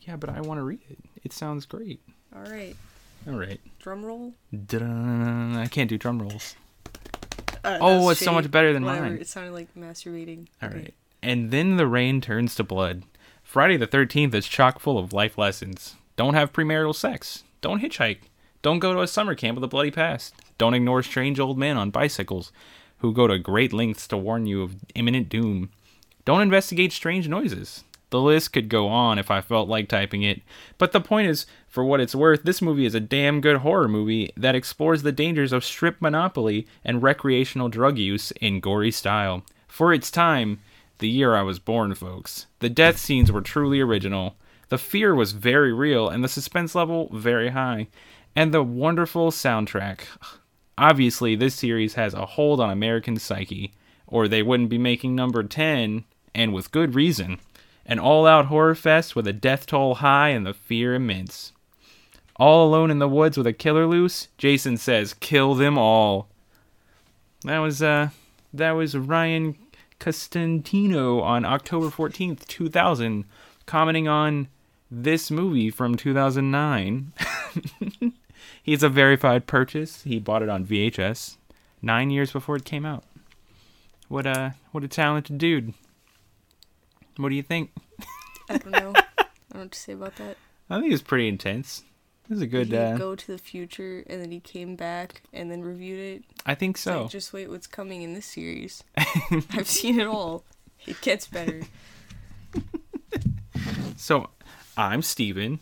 Yeah, but I want to read it. It sounds great. All right. All right. Drum roll. Dun, I can't do drum rolls. Uh, Oh, that was it's so shitty. much better than Whatever, mine. It sounded like masturbating. All Okay. right. And then the rain turns to blood. Friday the 13th is chock full of life lessons. Don't have premarital sex. Don't hitchhike. Don't go to a summer camp with a bloody past. Don't ignore strange old men on bicycles who go to great lengths to warn you of imminent doom. Don't investigate strange noises. The list could go on if I felt like typing it. But the point is, for what it's worth, this movie is a damn good horror movie that explores the dangers of strip monopoly and recreational drug use in gory style. For its time, the year I was born, folks, the death scenes were truly original. The fear was very real and the suspense level very high. And the wonderful soundtrack. Obviously, this series has a hold on American psyche, or they wouldn't be making number 10, and with good reason. An all out horror fest with a death toll high and the fear immense. All alone in the woods with a killer loose, Jason says, kill them all. That was, uh, that was Ryan Costantino on October 14th, 2000, commenting on this movie from 2009. He's a verified purchase. He bought it on VHS nine years before it came out. What a what a talented dude. What do you think? I don't know. I don't know what to say about that. I think it's pretty intense. This is a good. he Uh, go to the future and then he came back and then reviewed it. I think It's like, so. just wait, what's coming in this series? I've seen it all. It gets better. So, I'm Steven.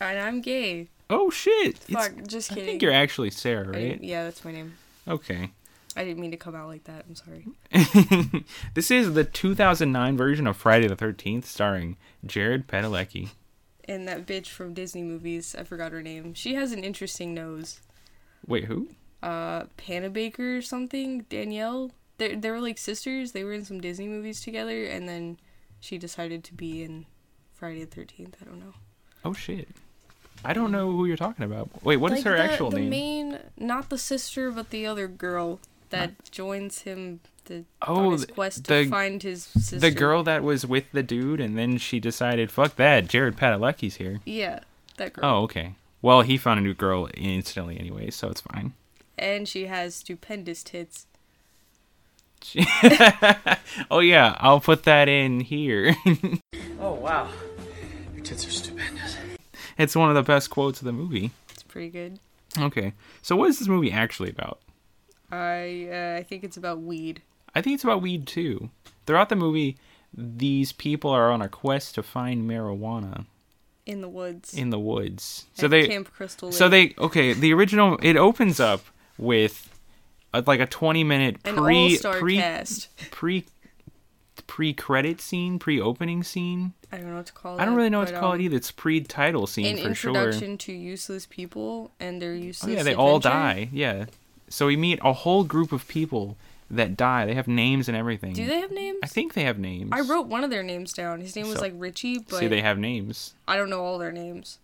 And I'm gay. Oh shit! It's- Fuck, just I kidding. think you're actually Sarah, I didn't- right? yeah, that's my name. Okay. I didn't mean to come out like that. I'm sorry. this is the 2009 version of Friday the 13th, starring Jared Padalecki. And that bitch from Disney movies, I forgot her name. She has an interesting nose. Wait, who? Uh, Panna Baker or something. Danielle. They they were like sisters. They were in some Disney movies together, and then she decided to be in Friday the Thirteenth. I don't know. Oh shit! I don't know who you're talking about. Wait, what is her the, actual the name? main, not the sister, but the other girl that joins him to, Oh, on his the- quest the- to find his sister. The girl that was with the dude, and then she decided, fuck that, Jared Padalecki's here. Yeah, that girl. Oh, okay. Well, he found a new girl instantly anyway, so it's fine. And she has stupendous tits. She- oh, yeah, I'll put that in here. Oh, wow. Your tits are stupendous. it's one of the best quotes of the movie. It's pretty good. Okay, so what is this movie actually about? I uh, I think it's about weed. I think it's about weed too. Throughout the movie, these people are on a quest to find marijuana in the woods. in the woods. at So they Camp Crystal. So Lake. they okay. The original it opens up with a, like a twenty minute an pre all-star pre cast. pre pre credit scene, pre opening scene. I don't know what to call it. I don't really know what to but, call um, it either. It's pre title scene An for sure. introduction to useless people and their Oh useless. yeah, they all adventure. die. Yeah. So we meet a whole group of people that die. They have names and everything. Do they have names? I think they have names. I wrote one of their names down. His name was So- like Richie, but See, they have names. I don't know all their names.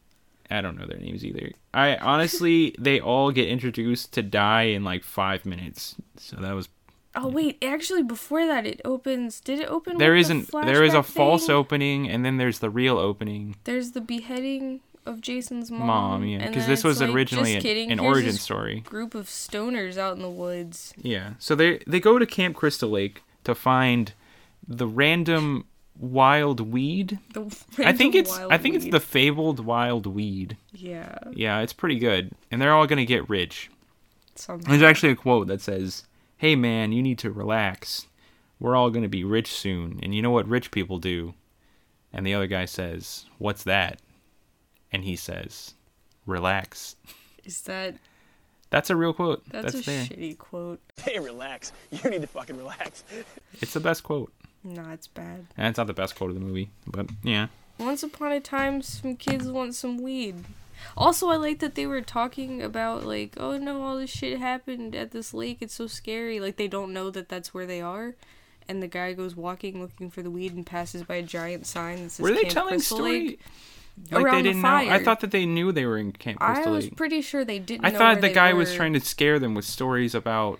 I don't know their names either. I honestly, they all get introduced to die in like five minutes. So that was Oh wait, actually, before that, it opens. Did it open? There with the isn't. there is a flashback false thing? opening, and then there's the real opening. There's the beheading of Jason's mom. Mom, yeah, Oh, and because then this it's was like, just originally an, kidding, an here's origin this story. Group of stoners out in the woods. Yeah. So they they go to Camp Crystal Lake to find the random wild weed. The I think random it's. wild I think it's weed. the fabled wild weed. yeah. Yeah, it's pretty good, and they're all gonna get rich. Somehow. There's actually a quote that says, "Hey man, you need to relax. We're all gonna be rich soon, and you know what rich people do." And the other guy says, "What's that?" And he says, "Relax." Is that That's a real quote. That's, That's, a there. shitty quote. Hey, relax. You need to fucking relax. It's the best quote. Nah, it's bad. And it's not the best quote of the movie, but yeah. Once upon a time, some kids want some weed. Also, I like that they were talking about, like, oh no, all this shit happened at this lake. It's so scary. Like, they don't know that that's where they are. And the guy goes walking looking for the weed and passes by a giant sign that says Were they Camp telling Crystal story? Lake. Like Around they the didn't know. I fire. thought that they knew they were in Camp I Crystal was Lake. pretty sure they didn't. I know thought where the they guy was were. trying to scare them with stories about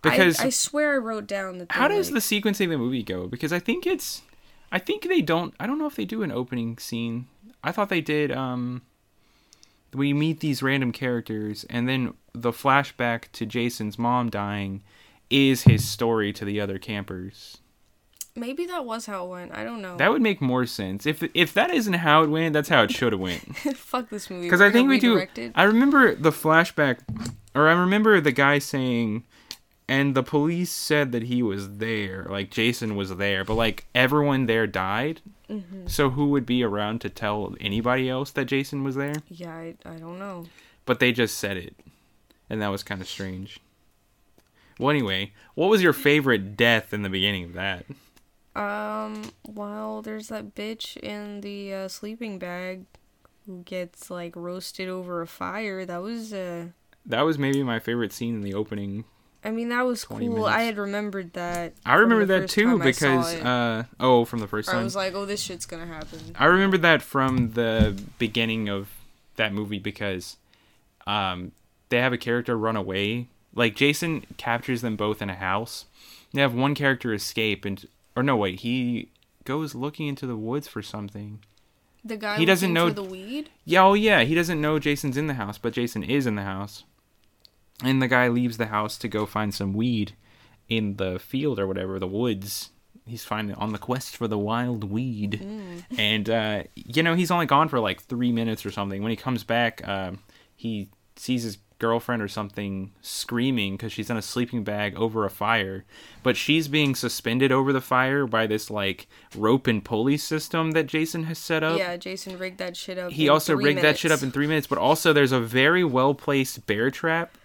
because I, I swear I wrote down that. how they, does the like- sequencing of the movie go? Because I think it's, I think they don't. I don't know if they do an opening scene. I thought they did. Um, we meet these random characters, and then the flashback to Jason's mom dying is his story to the other campers. Maybe that was how it went. I don't know. That would make more sense. If if that isn't how it went, that's how it should have went. Fuck this movie. Because We're I think gonna we do. redirect it. I remember the flashback, or I remember the guy saying, and the police said that he was there, like Jason was there, but like everyone there died. Mm-hmm. So who would be around to tell anybody else that Jason was there? Yeah, I, I don't know. But they just said it, and that was kind of strange. Well, anyway, what was your favorite death in the beginning of that? Um, well, there's that bitch in the uh, sleeping bag who gets like roasted over a fire. That was uh That was maybe my favorite scene in the opening I mean, that was 20 cool. I minutes. had remembered that. I from remember the that first too time I saw because it. uh oh from the first I time. was like, "Oh, this shit's gonna happen." I remember that from the beginning of that movie because um they have a character run away. Like Jason captures them both in a house. They have one character escape and or no wait, he goes looking into the woods for something. The guy He doesn't looking know- for the weed. Yeah, oh yeah, he doesn't know Jason's in the house, but Jason is in the house. And the guy leaves the house to go find some weed in the field or whatever, the woods. He's finding on the quest for the wild weed. And uh, you know, he's only gone for like three minutes or something. When he comes back, um, he sees his girlfriend or something screaming because she's in a sleeping bag over a fire but she's being suspended over the fire by this like rope and pulley system that jason has set up Yeah, Jason rigged that shit up. Oh. he in also three rigged that shit up in minutes. three minutes but also there's a very well placed bear trap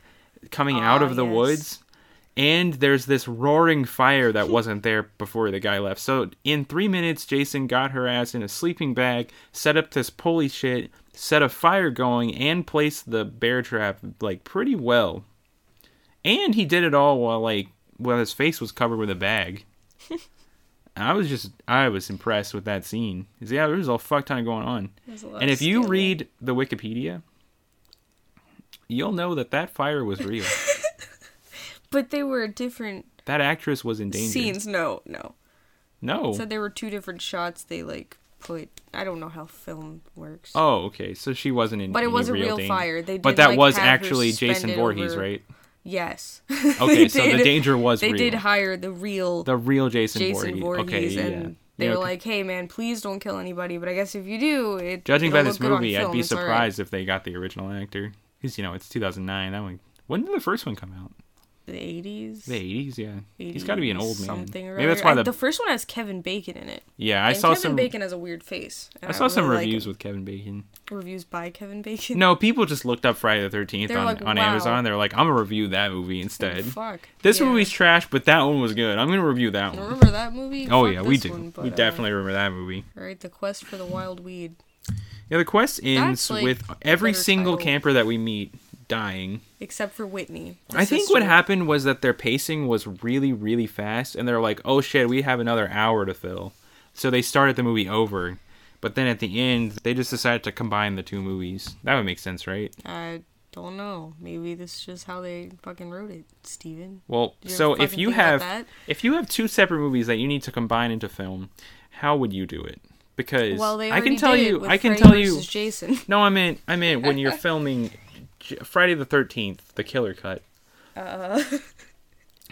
coming out Ah, of the yes. woods and there's this roaring fire that wasn't there before the guy left so in three minutes jason got her ass in a sleeping bag set up this pulley shit set a fire going and placed the bear trap like pretty well and he did it all while like while his face was covered with a bag I was just I was impressed with that scene. 'Cause, Yeah, there was a fuck ton going on. There's a lot And of if you skill. read the Wikipedia, you'll know that that fire was real. But they were different that actress was in danger. scenes. No, no. No. So there were two different shots they like put. I don't know how film works. oh, okay. So she wasn't in. But it any was a real danger. fire. They but did, that like, was have her actually Jason suspended Voorhees, over- right? Yes. Okay, They so the did- danger was They real. did hire the real the real Jason, Jason Voorhees. Voorhees, okay, and yeah. they Yeah, were okay. like, "Hey, man, please don't kill anybody." But I guess if you do, it judging it'll by this look good on movie, I'd film, be it's alright. surprised if they got the original actor. Because you know it's 2009. That one. When did the first one come out? The eighties. The 80s, yeah. He's got to be an old man. Something or Maybe that's other. why I- the, the first one has Kevin Bacon in it. yeah. I and saw Kevin some Bacon has a weird face. and I saw some really like reviews it. with Kevin Bacon. reviews by Kevin Bacon. No, people just looked up Friday the Thirteenth They're on, like, on "Wow." Amazon. They're like, I'm gonna review that movie instead. Fuck. This Yeah. movie's trash, but that one was good. I'm gonna review that one. Remember that movie? Oh Fuck yeah, we this do. one, but, we uh, definitely remember that movie. Right, the quest for the wild weed. Yeah, the quest ends like, with a every better single title. camper that we meet dying. Except for Whitney. the I think what sister. happened was that their pacing was really, really fast, and they're like, "Oh shit, we have another hour to fill," so they started the movie over. But then at the end, they just decided to combine the two movies. That would make sense, right? I don't know. Maybe this is just how they fucking wrote it, Steven. Well, Do you so ever if fucking you think about have that? if you have two separate movies that you need to combine into film, how would you do it? Because Well, they I can already tell did it you, with I can Freddy tell you. versus Jason. No, I meant, I meant when you're filming J- Friday the Thirteenth, the Killer Cut. Uh.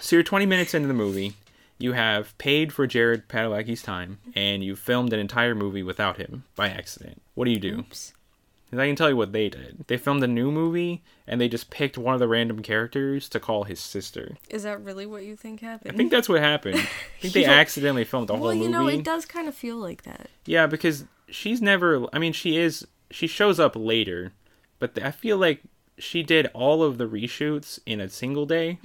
So you're 20 minutes into the movie. You have paid for Jared Padalecki's time, and you filmed an entire movie without him by accident. What do you do? Oops. 'Cause I can tell you what they did. They filmed a new movie, and they just picked one of the random characters to call his sister. Is that really what you think happened? I think that's what happened. I think they Yeah. accidentally filmed the whole well, you movie. know, it does kind of feel like that. Yeah, because she's never. I mean, she is. She shows up later, but I feel like she did all of the reshoots in a single day.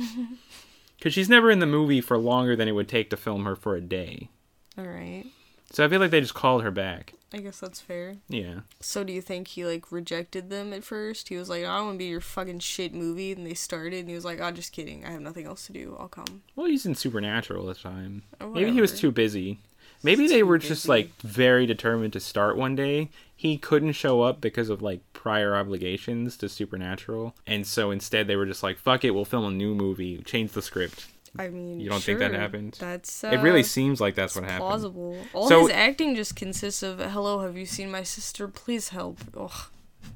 Because she's never in the movie for longer than it would take to film her for a day. All right. So I feel like they just called her back. I guess that's fair. Yeah. So do you think he like rejected them at first? He was like, "I don't want to be your fucking shit movie," and they started, and he was like, "I'm just kidding. I have nothing else to do. I'll come." Well, he's in Supernatural this time. Or Maybe he was Oh, whatever. too busy. Maybe they too were just busy. like very determined to start one day. He couldn't show up because of like prior obligations to Supernatural. And so instead they were just like, fuck it, we'll film a new movie, change the script. I mean, You don't think that sure, happened? That's uh, it really seems like that's what happened. plausible. All So- his acting just consists of "Hello, have you seen my sister? Please help." Ugh.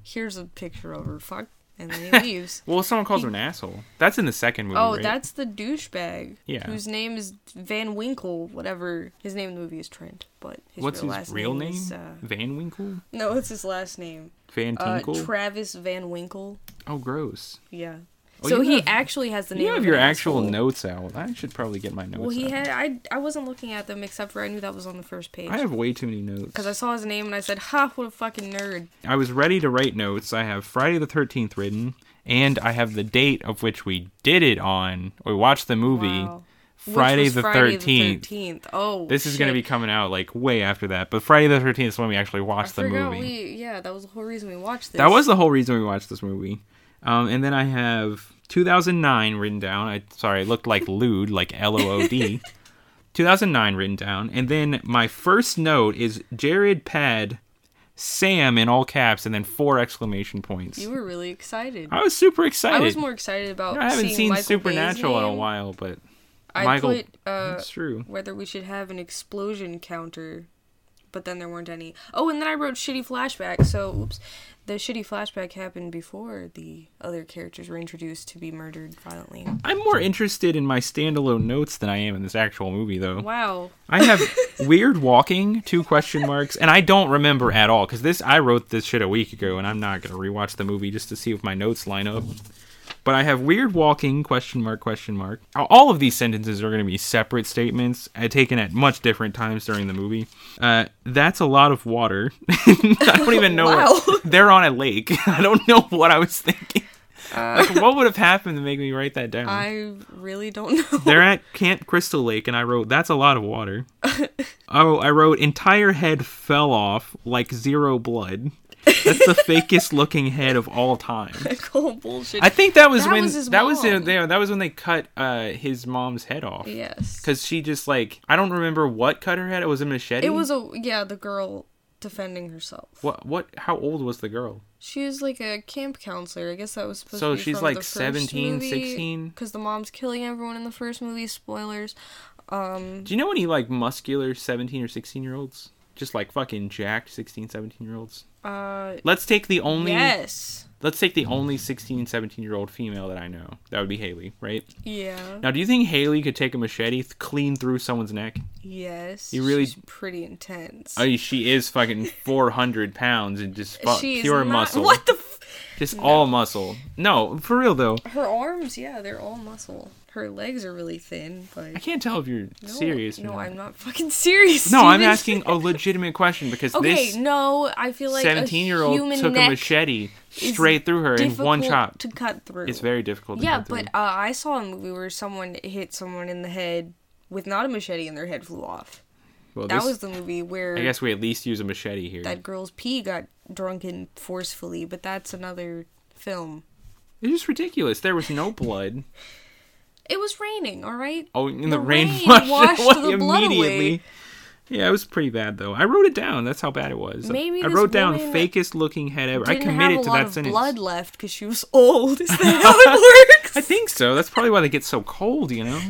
Here's a picture of her. Fuck, and then he leaves. Well, someone calls him an asshole. That's in the second movie. Oh, right? that's the douchebag. Yeah. Whose name is Van Winkle, whatever his name in the movie is Trent, but his what's real his last real name? Is, uh, Van Winkle. no, it's his last name. Van Uh, Tinkle. Travis Van Winkle. oh, gross. Yeah. Oh, so you he have- actually has the name. You have of your an actual asshole. notes out. I should probably get my notes. Well, he out. had. I I wasn't looking at them except for I knew that was on the first page. I have way too many notes. Because I saw his name and I said, "Ha, what a fucking nerd." I was ready to write notes. I have Friday the 13th written, and I have the date of which we did it on. We watched the movie Wow. Which Friday, was the, Friday 13th. the 13th. Oh. This is going to be shit. coming out like way after that, but Friday the 13th is when we actually I watched the forgot movie. we. Yeah, that was the whole reason we watched this. That was the whole reason we watched this movie. Um, and then I have 2009 written down. I sorry, it looked like lewd, like L O O D. 2009 written down, and then my first note is Jared Pad, Sam in all caps, and then four exclamation points. You were really excited. I was super excited. I was more excited about. I haven't seeing seen Michael Supernatural Bay's in a name. while, but I Michael. put uh, that's true. whether we should have an explosion counter, but then there weren't any. Oh, and then I wrote shitty flashback. So, oops, the shitty flashback happened before the other characters were introduced to be murdered violently. I'm more interested in my standalone notes than I am in this actual movie, though. Wow. I have weird walking, two question marks, and I don't remember at all because this I wrote this shit a week ago, and I'm not gonna rewatch the movie just to see if my notes line up. But I have weird walking, question mark, question mark. All of these sentences are gonna be separate statements uh, taken at much different times during the movie. Uh, that's a lot of water. I don't even know. Wow. What, they're on a lake. I don't know what I was thinking. like, what would have happened to make me write that down? I really don't know. They're at Camp Crystal Lake, and I wrote, "That's a lot of water." oh, I wrote, "Entire head fell off like zero blood." That's the fakest looking head of all time. Call bullshit. I think that was That when was his that was the- mom. yeah, that was when they cut uh, his mom's head off yes. because she just like I don't remember what cut her head. It was a machete. It was a yeah, the girl defending herself. what what? How old was the girl? She was like a camp counselor. I guess that was supposed So to be she's from like the first 17, 16? Because the mom's killing everyone in the first movie. Spoilers. Um, Do you know any like muscular seventeen or sixteen year olds? Just like fucking jacked 16, 17 year olds. uh, Let's take the only yes. Let's take the only 16, 17 year old female that I know. That would be Haley, right? Yeah. Now, do you think Haley could take a machete th- clean through someone's neck? Yes. You really- She's pretty intense. I mean, she is fucking 400 pounds and just fu- She is pure not- muscle. What the? F- Just all muscle. No, for real though. her arms, yeah, they're all muscle. Her legs are really thin, I but. can't tell if you're No, serious. No, or not. I'm not fucking serious. No, I'm Steven. asking a legitimate question because Okay, this no, I feel like a 17 year old human took a neck machete is straight through her in one difficult chop. to cut through. It's very difficult. To Yeah, cut through. but uh, I saw a movie where someone hit someone in the head with not a machete and their head flew off. well, That this- was the movie where I guess we at least use a machete here. that girl's pee got drunken forcefully, but that's another film. It's just ridiculous. There was no blood. It was raining, all right? Oh, and the, The rain, rain washed, it washed away the blood immediately. away. Yeah, it was pretty bad though. I wrote it down. That's how bad it was. Maybe I this wrote down woman fakest looking head ever. I Didn't committed have a to lot that of sentence. blood left because she was old. Is that how it works? I think so. That's probably why they get so cold. You know,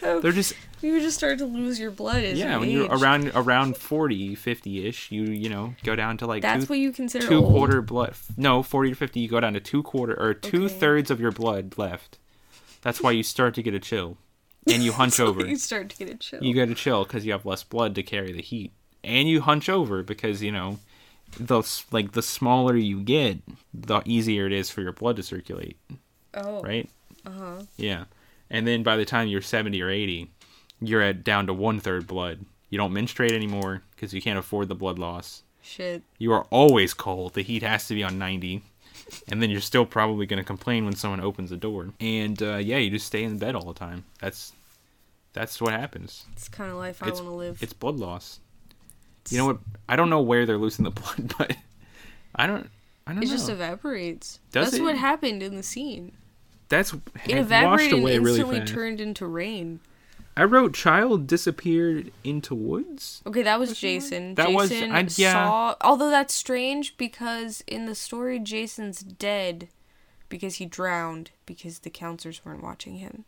Yeah. they're just You would just start to lose your blood as yeah. you When you're age. around around 40, 50 ish, you you know go down to like That's two, what you consider two old. quarter blood. No, forty to fifty, you go down to two quarter or two Okay. thirds of your blood left. That's why you start to get a chill, and you hunch over. You start to get a chill. you got to chill because you have less blood to carry the heat, and you hunch over because you know, the s- like the smaller you get, the easier it is for your blood to circulate, oh, right? Uh huh. Yeah, and then by the time you're seventy or eighty, you're at down to one third blood. You don't menstruate anymore because you can't afford the blood loss. Shit. You are always cold. The heat has to be on ninety. And then you're still probably going to complain when someone opens the door. And uh, yeah, you just stay in bed all the time. That's that's what happens It's the kind of life I want it's, to live. it's blood loss. You know what? I don't know where they're losing the blood, but I don't. I don't It know. just evaporates. Does That's it? what happened in the scene. That's It washed evaporated away and really instantly fast. turned into rain. I wrote "child disappeared into woods." Okay, that was Jason. That was- Jason I- yeah. saw. Although that's strange because in the story, Jason's dead because he drowned because the counselors weren't watching him.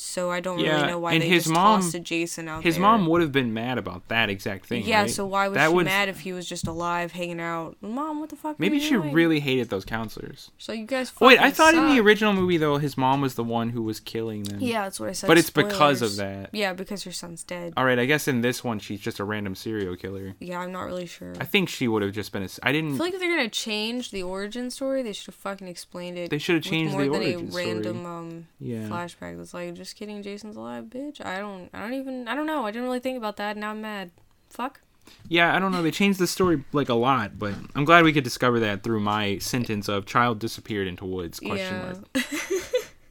So I don't Yeah, really know why and they his just mom- tossed a Jason out His there. mom would have been mad about that exact thing. Yeah, right? so why was that she would, mad if he was just alive, hanging out? Mom, what the fuck? Maybe are you she doing? really hated those counselors. So you guys. Wait, I fucking thought in the suck. original movie though, his mom was the one who was killing them. Yeah, that's what I said. But it's because of spoilers. that. Yeah, because her son's dead. All right, I guess in this one she's just a random serial killer. Yeah, I'm not really sure. I think she would have just been a. s- I I didn't. feel like if they're gonna change the origin story, they should have fucking explained it. They should have with changed more the than origin a story. random um Yeah. flashback that's like, just kidding, Jason's alive, bitch. I don't, I don't even, I don't know. I didn't really think about that. Now I'm mad. Fuck. Yeah, I don't know. They changed the story like a lot, but I'm glad we could discover that through my sentence of "child disappeared into woods?" Question yeah. mark.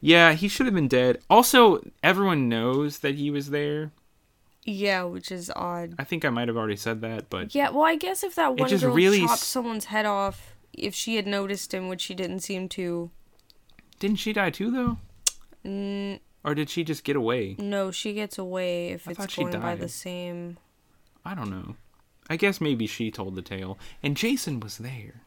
Yeah, he should have been dead. Also, everyone knows that he was there. yeah, which is odd. I think I might have already said that, but Yeah, well, I guess if that one just girl really chopped s- someone's head off, if she had noticed him, which she didn't seem to, didn't she die too though? n- Or did she just get away? no, she gets away if I it's thought she going by the died. same. I don't know. I guess maybe she told the tale, and Jason was there.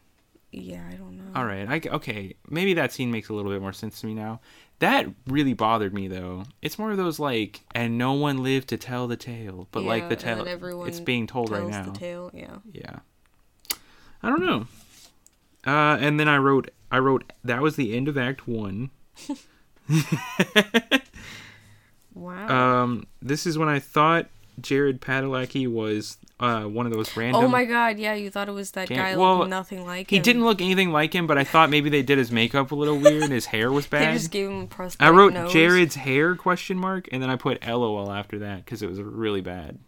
Yeah, I don't know. All right, I g- okay. Maybe that scene makes a little bit more sense to me now. That really bothered me though. It's more of those like, and no one lived to tell the tale, but like the Yeah, and tale, then everyone it's being told right tells now. The tale, yeah. Yeah, I don't know. Uh, and then I wrote, I wrote that was the end of Act One. Wow. Um, this is when I thought Jared Padalecki was uh one of those random. oh my god, yeah, you thought it was that Can't- guy well, looking nothing like He him. didn't look anything like him, but I thought maybe they did his makeup a little weird and his hair was They bad. just gave him a prosthetic I wrote nose. Jared's hair question mark and then I put LOL after that because it was really bad.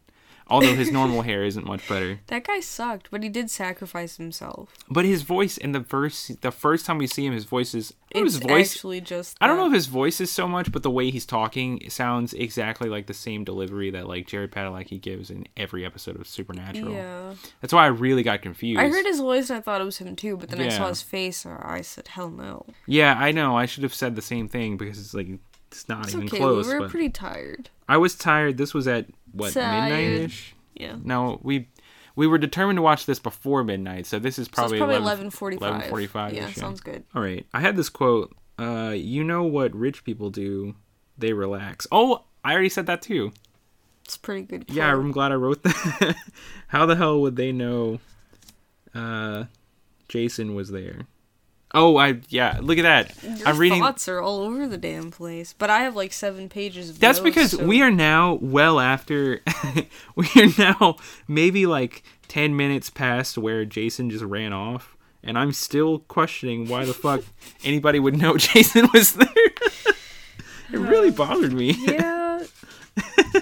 Although his normal hair isn't much better, That guy sucked, but he did sacrifice himself. but his voice in the verse, the first time we see him, his voice is I don't know It's his voice. actually just. I don't that- know if his voice is so much, but the way he's talking sounds exactly like the same delivery that like Jared Padalecki gives in every episode of Supernatural. Yeah, That's why I really got confused. I heard his voice and I thought it was him too, but then I Yeah. saw his face and I said, "Hell no." Yeah, I know. I should have said the same thing because it's like it's not It's even okay. close. we were but pretty tired. I was tired. This was at what Tired. midnight ish. Yeah. No, we we were determined to watch this before midnight, so this is So it's probably probably 11, eleven forty-five. 11:45 Yeah, ish, sounds good. All right, I had this quote. Uh, you know what rich people do? They relax. Oh, I already said that too. It's pretty good. Yeah, quote. I'm glad I wrote that. How the hell would they know uh, Jason was there? Oh, I yeah. Look at that. Your I'm reading. thoughts are all over the damn place, but I have like seven pages. Of That's notes, because Oh, so- we are now well after we are now maybe like 10 minutes past where Jason just ran off and I'm still questioning why the fuck anybody would know Jason was there. it really bothered me. Uh, Yeah,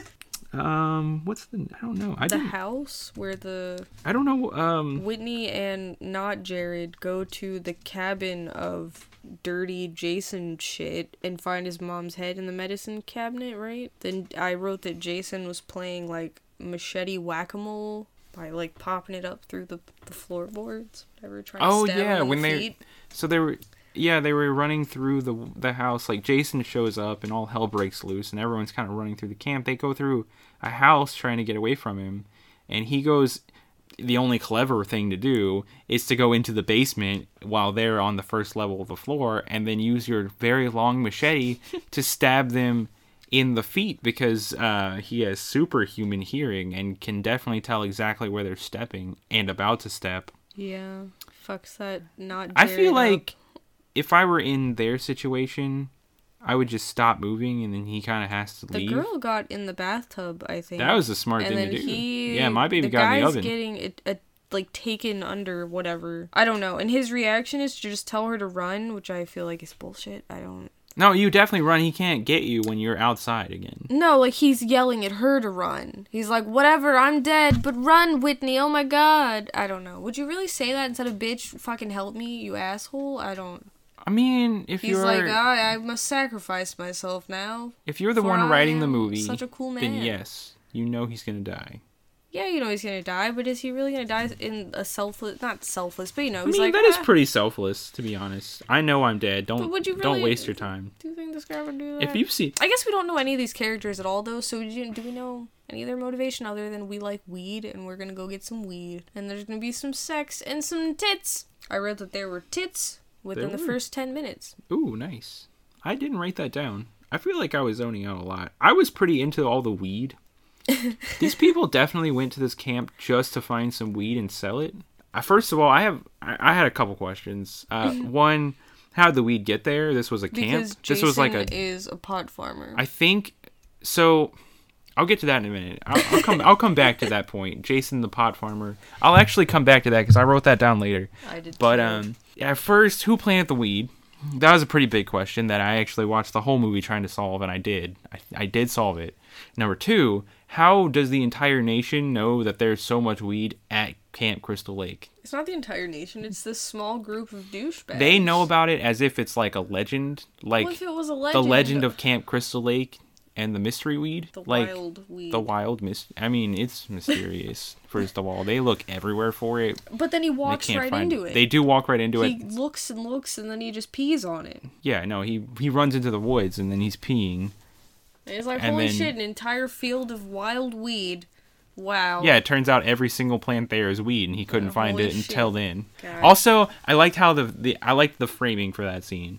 Um what's the I don't know. I the didn't, house where the I don't know um Whitney and not Jared go to the cabin of dirty Jason shit and find his mom's head in the medicine cabinet, right? Then I wrote that Jason was playing like machete whack a mole by like popping it up through the, the floorboards, whatever. Trying Oh, to stab yeah, him in when the they- feet. so they were yeah, they were running through the the house like Jason shows up and all hell breaks loose and everyone's kind of running through the camp. They go through a house trying to get away from him and he goes the only clever thing to do is to go into the basement while they're on the first level of the floor and then use your very long machete to stab them in the feet because uh, he has superhuman hearing and can definitely tell exactly where they're stepping and about to step. Yeah, fucks that not. Jared I feel up. like if I were in their situation, I would just stop moving, and then he kind of has to the leave. girl got in the bathtub. I think That was a smart and thing then to do. he yeah, my baby the got in the guy's oven. getting it, a, like taken under whatever i don't know and his reaction is to just tell her to run which i feel like is bullshit i don't No, you definitely run. He can't get you when you're outside again. no like he's yelling at her to run he's like whatever i'm dead but run whitney oh my god i don't know would you really say that instead of bitch fucking help me you asshole i don't I mean, if he's you're like "Ah, I, I must sacrifice myself now if you're the for one I writing the am movie, such a cool then man. yes, you know he's gonna die. yeah you know he's gonna die but is he really gonna die in a selfless not selfless but you know I he's mean, like that is "Ah." pretty selfless, to be honest. I know I'm dead. Don't would you don't really- waste your time. do you think this guy would do that If you see, I guess we don't know any of these characters at all, though. So do, you, do we know any of their motivation other than we like weed and we're gonna go get some weed and there's gonna be some sex and some tits? I read that there were tits within There the were. first ten minutes. ooh, nice. I didn't write that down. I feel like I was zoning out a lot. I was pretty into all the weed. These people definitely went to this camp just to find some weed and sell it. Uh, first of all, I have I, I had a couple questions. Uh, one, how did the weed get there? This was a camp. Because Jason this was like a. is a pot farmer. I think so. I'll get to that in a minute. I'll, I'll come. I'll come back to that point. Jason the pot farmer. I'll actually come back to that because I wrote that down later. I did But too. um, at first, who planted the weed? That was a pretty big question that I actually watched the whole movie trying to solve, and I did. I, I did solve it. Number two, how does the entire nation know that there's so much weed at Camp Crystal Lake? it's not the entire nation. It's this small group of douchebags. They know about it as if it's like a legend, like What if it was a the legend? legend of Camp Crystal Lake and the mystery weed, the like wild weed. the wild mist. I mean, it's mysterious. first of all, they look everywhere for it. but then he They walks can't right find into it. They do walk right into he it. looks and looks, and then he just pees on it. Yeah, no, he he runs into the woods and then he's peeing. And it's like, And holy then- shit, an entire field of wild weed. Wow. Yeah, it turns out every single plant there is weed, and he couldn't Oh, find holy it until shit. then. God. Also, I liked how the, the I liked the framing for that scene.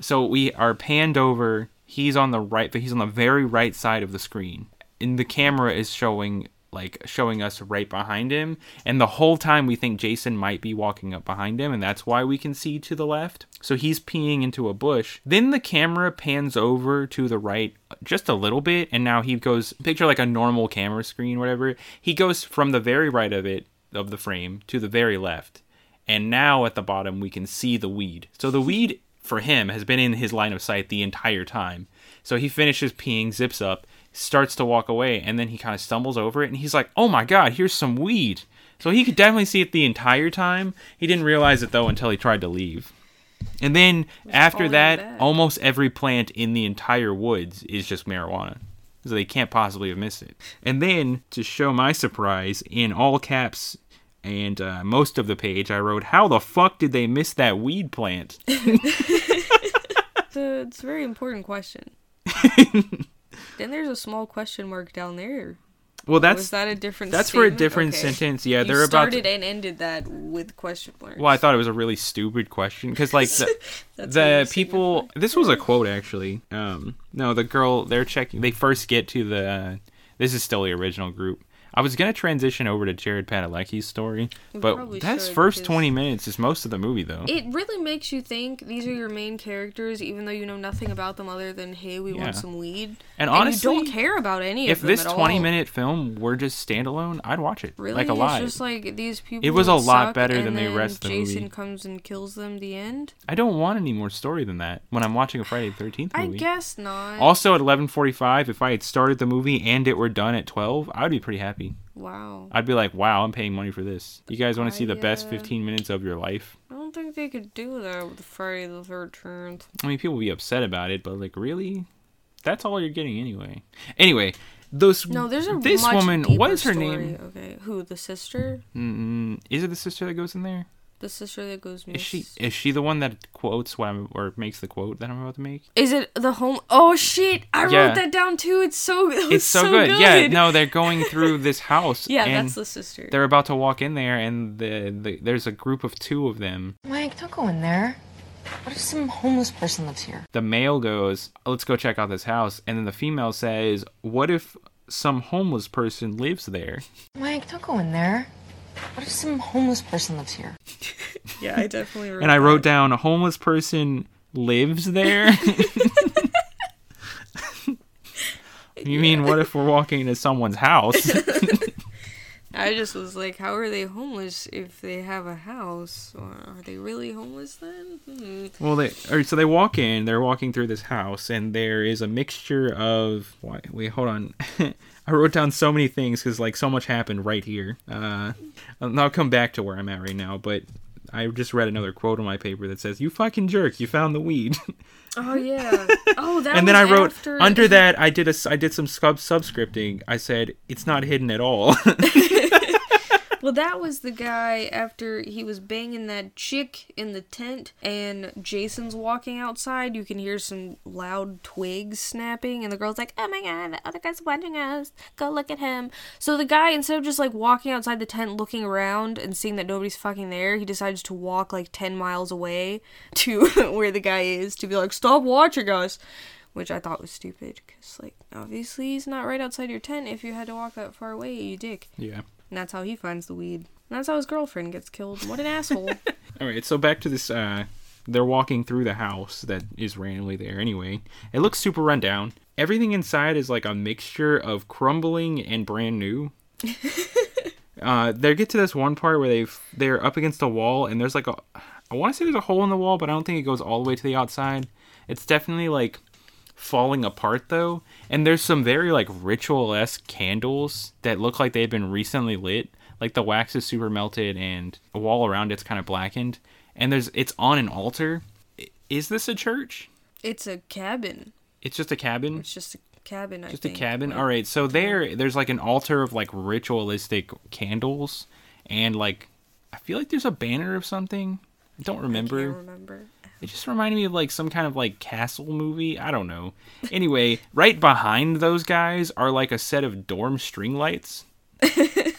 So we are panned over. He's on the right, but he's on the very right side of the screen, and the camera is showing like showing us right behind him. And the whole time we think Jason might be walking up behind him, and that's why we can see to the left. So he's peeing into a bush. Then the camera pans over to the right just a little bit, and now he goes picture like a normal camera screen, whatever. He goes from the very right of it of the frame to the very left. And now at the bottom, we can see the weed. So the weed for him has been in his line of sight the entire time. So he finishes peeing, zips up, starts to walk away, and then he kind of stumbles over it and he's like, oh my God, here's some weed. So he could definitely see it the entire time. He didn't realize it though until he tried to leave. And then after following that, back. almost every plant in the entire woods is just marijuana. So they can't possibly have missed it. And then, to show my surprise, in all caps and uh, most of the page, I wrote, How the fuck did they miss that weed plant? It's a, it's a very important question. then there's a small question mark down there. Well, Was that's. that a different That's for a statement? different Okay. sentence. Yeah, You they're about. started To, and ended that with question marks. well, I thought it was a really stupid question because, like, the, That's what you were the saying people this was a quote actually um no the girl they're checking they first get to the uh, this is still the original group i was gonna transition over to jared padalecki's story but probably that's should, first because- 20 minutes is most of the movie though It really makes you think these are your main characters, even though you know nothing about them other than hey, we Yeah. want some weed. And you honestly, don't care about any if of them this at 20 all. minute film were just standalone i'd watch it really, like a it's lot just like these people. It was a lot suck, better and than the then rest of the Jason movie. comes and kills them. The end. i don't want any more story than that when i'm watching a friday the 13th I movie guess not. also at 11.45 if i had started the movie and it were done at 12 i'd be pretty happy wow. I'd be like, wow, I'm paying money for this. You guys want to see the I, best uh, 15 minutes of your life? I don't think they could do that with Friday the Thirteenth. I mean, people will be upset about it, but like, really? That's all you're getting anyway. Anyway, those No, there's a this much woman. Deeper What is her story. name? Okay, who the sister? Mm, is it the sister that goes in there? The sister that goes. Is she is she the one that quotes what I'm, or makes the quote that I'm about to make? Is it the home? Oh shit! I Yeah. wrote that down too. It's so. It was It's so, good. Yeah, no, they're going through this house. Yeah, and that's the sister. They're about to walk in there, and the, the there's a group of two of them, Mike, don't go in there. What if some homeless person lives here? the male goes, "Let's go check out this house," and then the female says, "What if some homeless person lives there?" Mike, don't go in there. What if some homeless person lives here? yeah, I definitely. Wrote And I wrote down, "A homeless person lives there." you mean what if we're walking into someone's house? I just was like, how are they homeless if they have a house? Or are they really homeless then? Hmm. well, they or so they walk in. They're walking through this house, and there is a mixture of. Why, wait, hold on. I wrote down so many things because like so much happened right here. Uh, and I'll come back to where I'm at right now, but. I just read another quote on my paper that says, "You fucking jerk! You found the weed." Oh yeah. Oh, that. and then I was wrote after- under that I did a s- I did some sub subscripting. I said it's not hidden at all. Well, that was the guy after he was banging that chick in the tent, and Jason's walking outside. You can hear some loud twigs snapping, and the girl's like, Oh my god, the other guy's watching us. Go look at him. So the guy, instead of just like walking outside the tent, looking around, and seeing that nobody's fucking there, he decides to walk like 10 miles away to where the guy is to be like, Stop watching us. which I thought was stupid because, like, obviously he's not right outside your tent if you had to walk that far away, you dick. Yeah. And that's how he finds the weed. And that's how his girlfriend gets killed. What an asshole. All right, so back to this. Uh, they're walking through the house that is randomly there. Anyway, it looks super rundown. Everything inside is like a mixture of crumbling and brand new. uh, they get to this one part where they they're up against a wall, and there's like a I want to say there's a hole in the wall, but I don't think it goes all the way to the outside. It's definitely like falling apart though, and there's some very like ritual esque candles that look like they've been recently lit. Like the wax is super melted, and the wall around it's kind of blackened. And there's it's on an altar. I- Is this a church? it's a cabin. It's just a cabin. It's just a cabin, I Just a think. cabin. Like, All right. So there, there's like an altar of like ritualistic candles, and like I feel like there's a banner of something. I don't I remember. can't remember. It just reminded me of like some kind of like castle movie. I don't know. Anyway, right behind those guys are like a set of dorm string lights.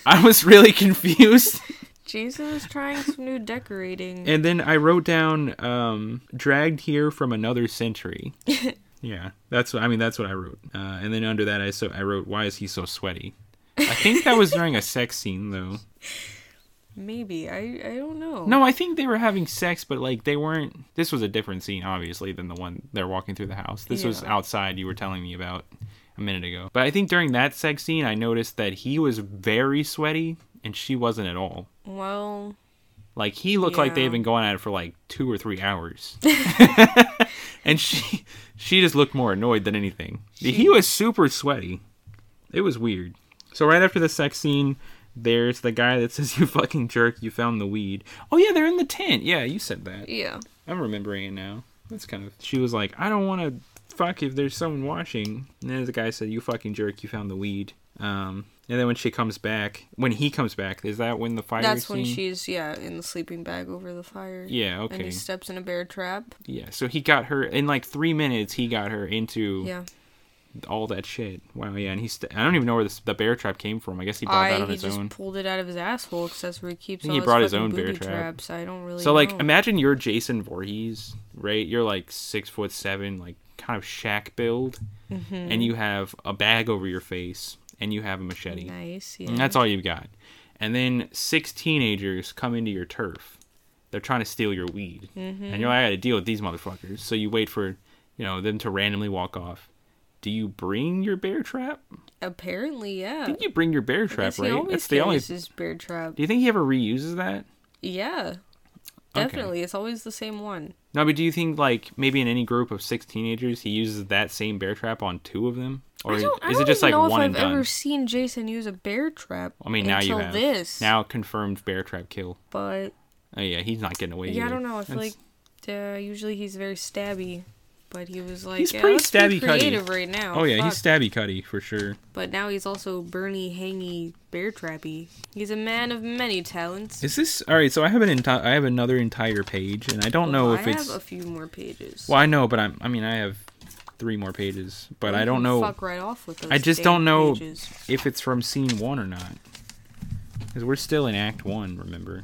I was really confused. Jason was trying some new decorating. And then I wrote down um, dragged here from another century. yeah, that's what I mean. That's what I wrote. Uh, and then under that, I so I wrote, why is he so sweaty? I think that was during a sex scene though. Maybe. I, I don't know. No, I think they were having sex, but like they weren't. This was a different scene, obviously, than the one they're walking through the house. This was Yeah. outside. You were telling me about a minute ago. But I think during that sex scene, I noticed that he was very sweaty and she wasn't at all. Well, Like he looked like they Yeah. had been going at it for like two or three hours, and she she just looked more annoyed than anything. He was super sweaty. It was weird. So right after the sex scene, there's the guy that says, "You fucking jerk, you found the weed." Oh yeah, they're in the tent. Yeah, you said that. yeah. I'm remembering it now. That's kind of. She was like, "I don't want to fuck if there's someone watching." And then the guy said, "You fucking jerk, you found the weed." Um, and then when she comes back, when he comes back, is that when the fire? That's when scene- she's, yeah, in the sleeping bag over the fire. Yeah. Okay. And he steps in a bear trap. Yeah, so he got her in like three minutes. He got her into Yeah. all that shit. Wow, yeah, and he—I don't even know where this, the bear trap came from. I guess he bought I that on he his just own. pulled it out of his asshole because that's where he keeps. think all he his brought his fucking own bear booby trap. traps. I don't really. So like, know. imagine you're Jason Voorhees, right? You're like six foot seven, like kind of shack build, Mm-hmm. and you have a bag over your face, and you have a machete. nice. Yeah. And that's all you've got. And then six teenagers come into your turf. They're trying to steal your weed. Mm-hmm. And you're like, I got to deal with these motherfuckers. So you wait for, you know, them to randomly walk off. Do you bring your bear trap? Apparently, yeah. I think you bring your bear trap, Because He right? always That's the only. carries his bear trap. Do you think he ever reuses that? Yeah. Definitely, it's always the same one. No, but do you think like maybe in any group of six teenagers he uses that same bear trap on two of them, or I don't, I is don't it just even like know one if and I've done? ever seen Jason use a bear trap. I mean, now you until have this. now confirmed bear trap kill. but Oh yeah, he's not getting away. yeah, I either. don't know. I feel That's- like uh, usually he's very stabby, but he was like He's yeah, pretty let's be stabby-cutty. creative right now. Oh yeah, Fuck. he's stabby cutty for sure. But now he's also Bernie Hangy Bear Trappy. He's a man of many talents. Is this all right? So I have an enti- I have another entire page, and I don't know Well, if I it's. have a few more pages. Well, I know, but I'm. I mean, I have three more pages, but I You don't can know Fuck right off with those I just don't damn know- pages. if it's from scene one or not. Because we're still in Act One, remember?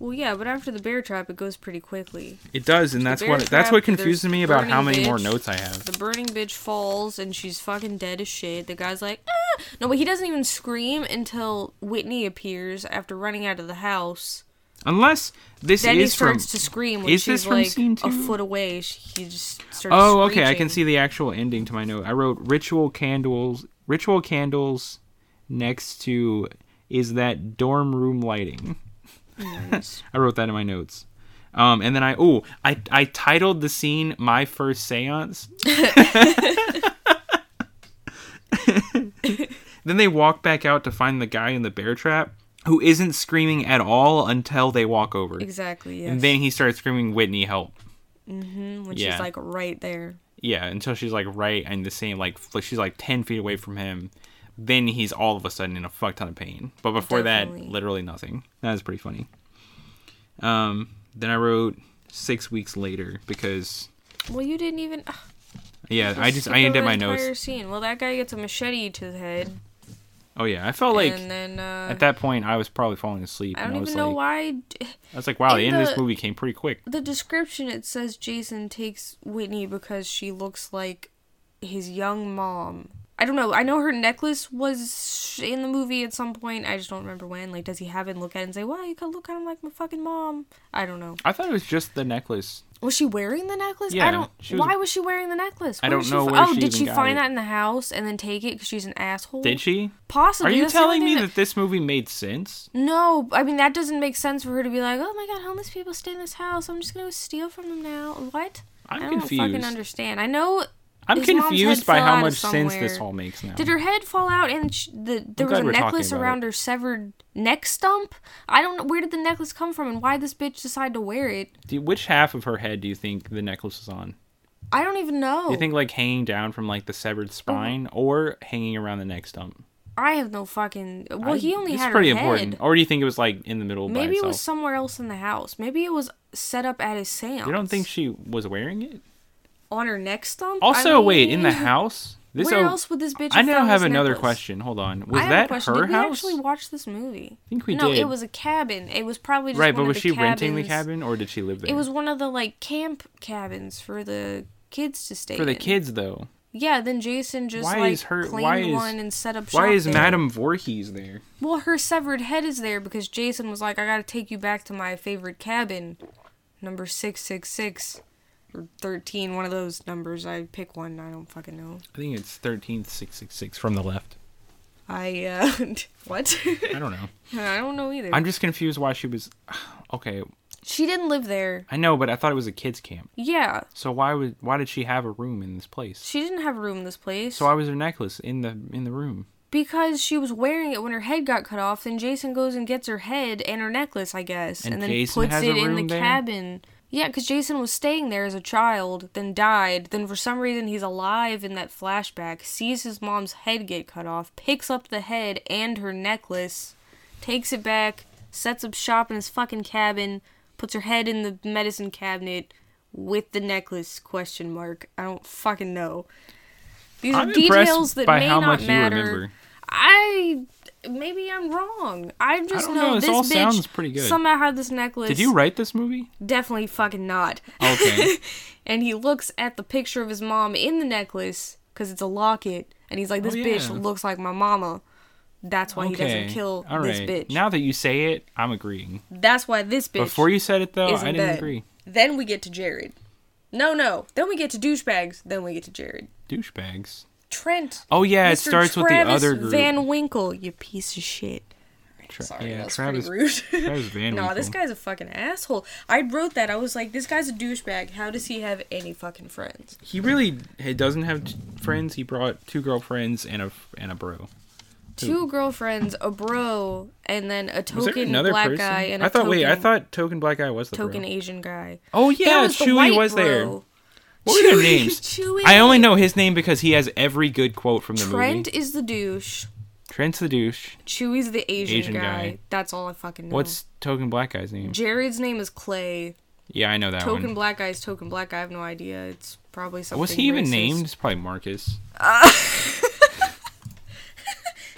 Well, yeah, but after the bear trap, it goes pretty quickly. It does, and that's bear what that's trap, what there's confuses me about how burning many more bitch. notes I have. The burning bitch falls, and she's fucking dead as shit. The guy's like, ah! no, but he doesn't even scream until Whitney appears after running out of the house. Unless this Then he is from. starts to scream when is she's this from like scene a two? foot away. She, he just starts. oh, okay. I can screeching. see the actual ending to my note. I wrote ritual candles. Ritual candles next to is that dorm room lighting. Nice. I wrote that in my notes. Um, and then I oh I I titled the scene "My First Seance." then they walk back out to find the guy in the bear trap who isn't screaming at all until they walk over, Exactly. Yes. and then he starts screaming "Whitney, help!" when yeah. she's like right there. Yeah, until she's like right and the same like fl- she's like ten feet away from him. Then he's all of a sudden in a fuck ton of pain. But before that, Definitely. literally nothing. That is pretty funny. Um, then I wrote six weeks later because Well, you didn't even. ugh, yeah, I just skip I over ended the my entire notes. Scene. Well, that guy gets a machete to the head, Oh yeah, I felt like and then uh, at that point I was probably falling asleep. I and don't I was even know like, why. d- I was like, wow, the in end of this the- movie came pretty quick. The description it says Jason takes Whitney because she looks like his young mom. I don't know. I know her necklace was in the movie at some point. I just don't remember when. Like, does he have it and look at it and say, "Wow, you kind of look kind of like my fucking mom"? I don't know. I thought it was just the necklace. Was she wearing the necklace? Yeah, I don't. she was- why was she wearing the necklace? I Where don't did she know fi- where oh, she did she even got find it. that in the house and then take it because she's an asshole? Did she? Are Possibly. you That's the only telling me thing that... this movie made sense? No, I mean that doesn't make sense for her to be like, "Oh my god, homeless people stay in this house. I'm just gonna go steal from them now." What? I'm I do not fucking confused. understand. I know. I'm his mom's confused head by fell how out of much sense this somewhere. all makes now. Did her head fall out and sh- the there was glad a we're talking necklace about around her severed neck stump? I don't know where did the necklace come from and why this bitch decided to wear it. Do- Which half of her head do you think the necklace is on? I don't even know. Do you think like hanging down from like the severed Oh. spine or hanging around the neck stump? I have no fucking. Well, I- he only it's had pretty her important. head. Or do you think it was like in the middle by Maybe it itself? was somewhere else in the house. Maybe it was set up at his seance. you don't think she was wearing it? on her neck stump? I Also, wait, in the mean, house? This Where o- else would this bitch? I now found have this another necklace? question. Hold on. Was I have a that question. her did house? We actually watch this movie. I think we no, did. it was a cabin. It was probably just right, one but of was the she renting the cabins- cabin or did she live there? It was one of the like camp cabins for the kids to stay. for the in. kids though. Yeah, then Jason just Why like is her- claimed why is- one and set up. Why shop is there. Madame Voorhees there? Well, her severed head is there because Jason was like, "I gotta take you back to my favorite cabin, number six six six, or thirteen. One of those numbers. I pick one. I don't fucking know. I think it's 13666 from the left. I uh, what? I don't know. I don't know either. I'm just confused why she was Okay, She didn't live there. I know, but I thought it was a kids camp. Yeah, So why would why did she have a room in this place? she didn't have a room in this place. So why was her necklace in the in the room? because she was wearing it when her head got cut off. Then Jason goes and gets her head and her necklace, I guess, And and, then Jason puts has a it in the room there? cabin. Yeah, because Jason was staying there as a child, then died. Then for some reason he's alive in that flashback. Sees his mom's head get cut off, picks up the head and her necklace, takes it back, sets up shop in his fucking cabin, puts her head in the medicine cabinet with the necklace? Question mark. I don't fucking know. These I'm are impressed details that by may how not much you matter. remember. I maybe I'm wrong. I just don't know, know. This this all bitch sounds pretty good. somehow had this necklace. Did you Oh. write this movie? Definitely fucking not. Okay. and he looks at the picture of his mom in the necklace because it's a locket, and he's like, "This bitch Oh, yeah. looks like my mama." That's why he doesn't kill All this right. bitch. Now that you say it, I'm agreeing. That's why this bitch. Before you said it though, isn't I didn't bad. agree. Then we get to Jared. No, no. Then we get to douchebags. Then we get to Jared. Douchebags. Trent. Oh yeah, it Mr. starts with the Travis other group. Van Winkle, you piece of shit. Tra- Sorry, yeah, that was Travis. pretty rude. Travis Van no, this Winkle. guy's a fucking asshole. I wrote that. I was like, this guy's a douchebag. How does he have any fucking friends? He really he doesn't have t- friends. He brought two girlfriends and a and a bro. Two girlfriends, a bro, and then a Was there token another black person? guy and a I thought. token, Wait, I thought token black guy was the token Bro. Asian guy. Oh yeah, was the Chewy white was there. bro. What were their Chewy- names? Chewy I only was- know his name because he has every good quote from the Trent movie. is the douche. Trent's the douche. Chewy's the Asian, Asian guy. guy. That's all I fucking know. What's token black guy's name? Jared's name is Clay. Yeah, I know that Token one. black guy's token black. guy. I have no idea. It's probably something. Was he even racist. named? It's probably Marcus.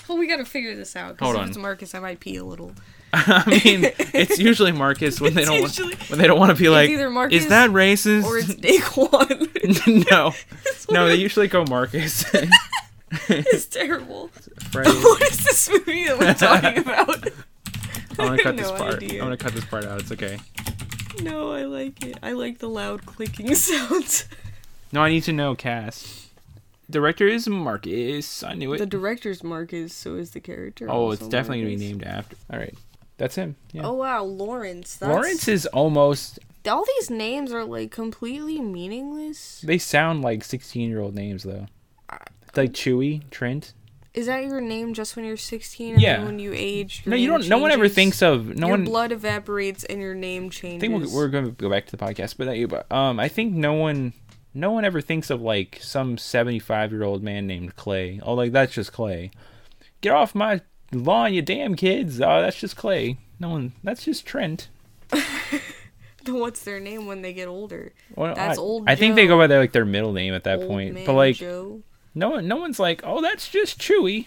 Well, we gotta figure this out. Because Hold if on. it's Marcus, I might pee a little. I mean, it's usually Marcus when they don't want, usually- when they don't want to be like. either Marcus is that racist? Or it's Daquan. no, no, they usually go Marcus. it's terrible. Friday. What is this movie that we're talking about? I'm gonna I cut have this no part. idea. I'm gonna cut this part out. It's okay. No, I like it. I like the loud clicking sounds. No, I need to know cast. Director is Marcus. I knew it. The director's mark is so is the character. oh, also it's definitely gonna be Marcus. named after. All right, that's him. Yeah. Oh wow, Lawrence. That's, Lawrence is almost. All these names are like completely meaningless. They sound like 16 year old names though. Like Chewy, Trent. Is that your name just when you're 16? And Yeah. Then when you age, your No, you name don't. No one ever changes? thinks of. No your one. blood evaporates and your name I changes. think we're, we're going to go back to the podcast, but not you. But um, I think no one, no one ever thinks of like some seventy-five-year-old man named Clay. Oh, like that's just Clay. Get off my lawn, you damn kids! Oh, that's just Clay. No one. That's just Trent. What's their name when they get older? Well, That's I, old I think they Joe. go by their like their middle name at that Old point. man But like, Joe. no one, no one's like, oh, that's just Chewy.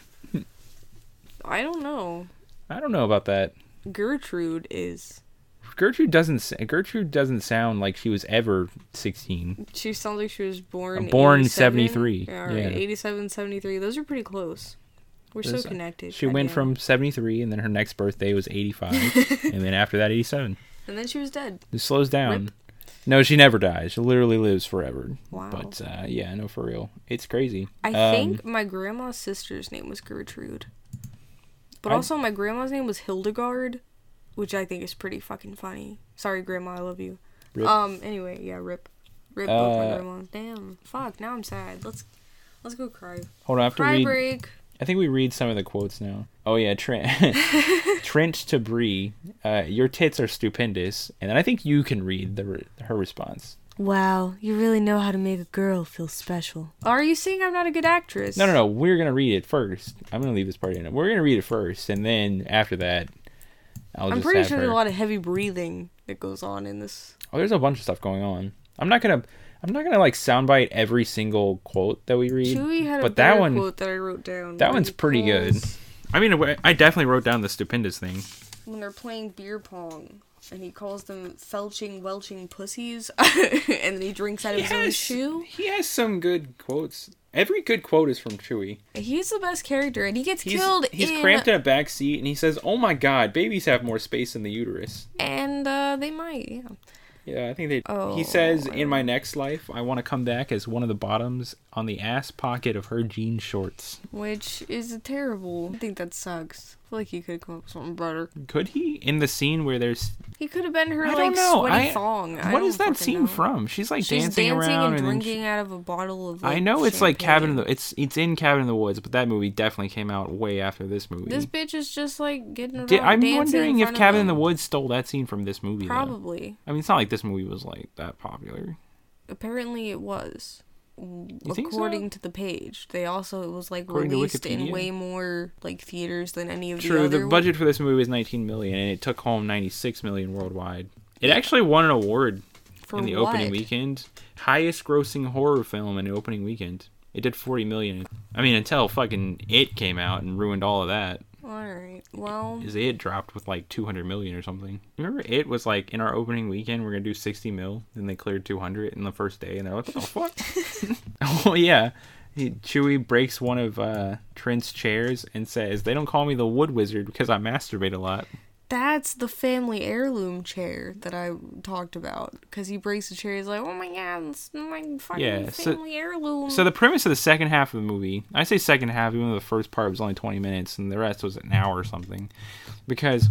I don't know. I don't know about that. Gertrude is. Gertrude doesn't s- Gertrude doesn't sound like she was ever 16. She sounds like she was born. Born 87? 73, Yeah, all right, yeah. 87, 73. Those are pretty close. We're so connected. She God went damn. from 73 and then her next birthday was 85 and then after that 87. And then she was dead. It slows down. No, she never dies. She literally lives forever. Wow. But uh, yeah, no, for real, it's crazy. I Um, think my grandma's sister's name was Gertrude. But I- also, my grandma's name was Hildegard, which I think is pretty fucking funny. Sorry, grandma, I love you. Rip. Um. Anyway, yeah, rip, rip both my Uh, grandmas. Damn, fuck. Now I'm sad. Let's let's go cry. Hold on, I have to Cry read. break. I think we read some of the quotes now. Oh yeah, Trent, Trent to Bree, uh, your tits are stupendous, and then I think you can read the re- her response. Wow, you really know how to make a girl feel special. Are you saying I'm not a good actress? No, no, no. We're gonna read it first. I'm gonna leave this part in. We're gonna read it first, and then after that, I'll I'm just pretty have sure her. there's a lot of heavy breathing that goes on in this. Oh, there's a bunch of stuff going on. I'm not gonna. I'm not gonna like soundbite every single quote that we read. Chewie had a but that better one, quote that I wrote down. that where one's he pretty good. calls- I mean, I definitely wrote down the stupendous thing. When they're playing beer pong, and he calls them felching, welching pussies, and then he drinks out of his own shoe. He has some good quotes. Every good quote is from Chewie. He's the best character, and he gets He's, killed he's in. cramped in a back seat and he says, "Oh my God, babies have more space in the uterus." and uh, they might, yeah. Yeah, I think they. Oh, he says, I "In my next life, I want to come back as one of the bottoms on the ass pocket of her jean shorts." Which is terrible. I think that sucks. I feel like he could have come up with something better. Could he in the scene where there's? He could have been her I like don't know. sweaty I, thong. I what don't is that fucking scene know. from? She's like She's dancing, dancing, around and, and then she- drinking out of a bottle of. Like, I know it's like Cabin in champagne. the it's it's in Cabin in the Woods, but that movie definitely came out way after this movie. This bitch is just like getting. Di- around, I'm dancing in wondering if front of Cabin in the him. Woods stole that scene from this movie. though. Probably. I mean, it's not like this movie was like that popular. Apparently, it was. think so? According to the page, they also it was like According to released in Wikipedia? way more like theaters than any of the True, other. the budget for this movie was 19 million, and it took home 96 million worldwide. It actually won an award for in the what? opening weekend, highest grossing horror film in the opening weekend. It did 40 million. I mean, until fucking it came out and ruined all of that. All right. Well, Is it dropped with like 200 million or something? Remember, it was like in our opening weekend, we're gonna do 60 mil, and they cleared 200 in the first day, and they're like, what the fuck? oh yeah, he, Chewie breaks one of uh, Trent's chairs and says, "They don't call me the Wood Wizard because I masturbate a lot." That's the family heirloom chair that I talked about. Because he breaks the chair, he's like, "Oh my god, it's my fucking Yeah, so- family heirloom." So the premise of the second half of the movie, I say second half, even though the first part was only 20 minutes and the rest was an hour or something, because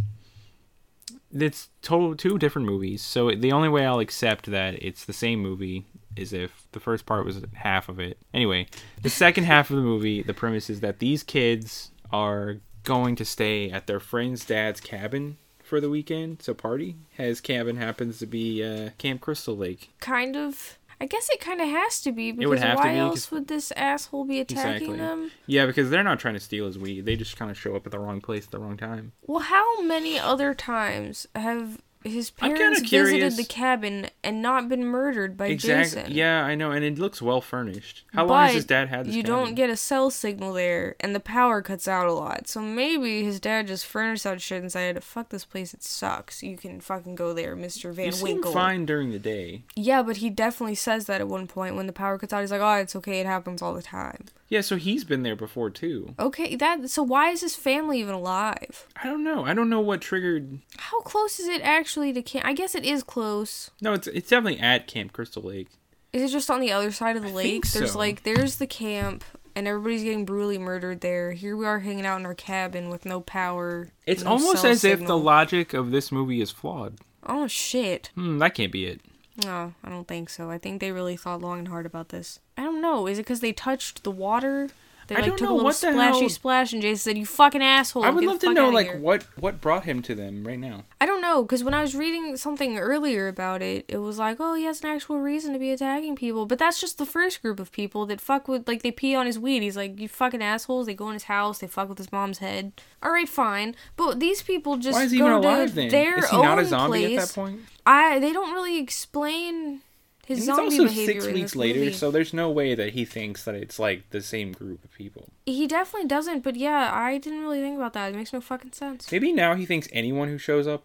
it's total two different movies. So the only way I'll accept that it's the same movie is if the first part was half of it. Anyway, the second half of the movie, the premise is that these kids are going to stay at their friend's dad's cabin for the weekend. So party. His cabin happens to be uh, Camp Crystal Lake. kind of. I guess it kind of has to be because would have to why be, 'cause- else would this asshole be attacking them? Yeah, because they're not trying to steal his weed. They just kind of show up at the wrong place at the wrong time. Well, how many other times have his I'm kinda parents visited curious. the cabin and not been murdered by Jason? Yeah, I know, and it looks well furnished. How long has But his dad had this? You cabin? don't get a cell signal there, and the power cuts out a lot. So maybe his dad just furnished out shit and said, "Fuck this place, it sucks. You can fucking go there, Mister Van You seem Winkle." fine during the day. Yeah, but he definitely says that at one point when the power cuts out. He's like, "Oh, it's okay. It happens all the time." Yeah, so he's been there before too. Okay, that. So why is his family even alive? I don't know. I don't know what triggered. How close is it actually to camp? I guess it is close. No, it's it's definitely at Camp Crystal Lake. Is it just on the other side of the lake? think There's so. like there's the camp and everybody's getting brutally murdered there. Here we are hanging out in our cabin with no power. It's no almost cell as if the signal. logic of this movie is flawed. Oh shit. Hmm, that can't be it. No, I don't think so. I think they really thought long and hard about this. I don't know. Is it because they touched the water? They I like don't took know. a little What the splashy hell- splash and Jason said, You fucking asshole. I would get the love to fuck know outta like here." what what brought him to them right now. I don't know, because when I was reading something earlier about it, it was like, oh, he has an actual reason to be attacking people. But that's just the first group of people that fuck with, like, they pee on his weed. He's like, you fucking assholes. They go in his house, they fuck with his mom's head. All right, fine. But these people just Why is he go even to alive then? their Is he own not a zombie place. at that point? I they don't really explain his And zombie it's also behavior six in weeks this later, movie. so there's no way that he thinks that it's like the same group of people. He definitely doesn't. But yeah, I didn't really think about that. It makes no fucking sense. Maybe now he thinks anyone who shows up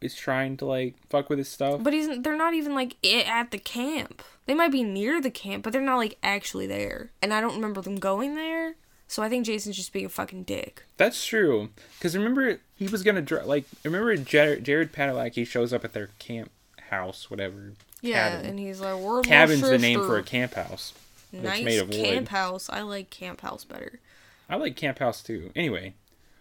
is trying to like fuck with his stuff. But he's they're not even like i- at the camp. They might be near the camp, but they're not like actually there. And I don't remember them going there. So I think Jason's just being a fucking dick. That's true. Because remember, he was gonna dr- like remember Jared, Jared Padalecki shows up at their camp house, whatever. Yeah, cabin. and he's like, "We're Cabin's the name for a camp house. It's nice made of wood. camp house. I like camp house better. I like camp house too. Anyway,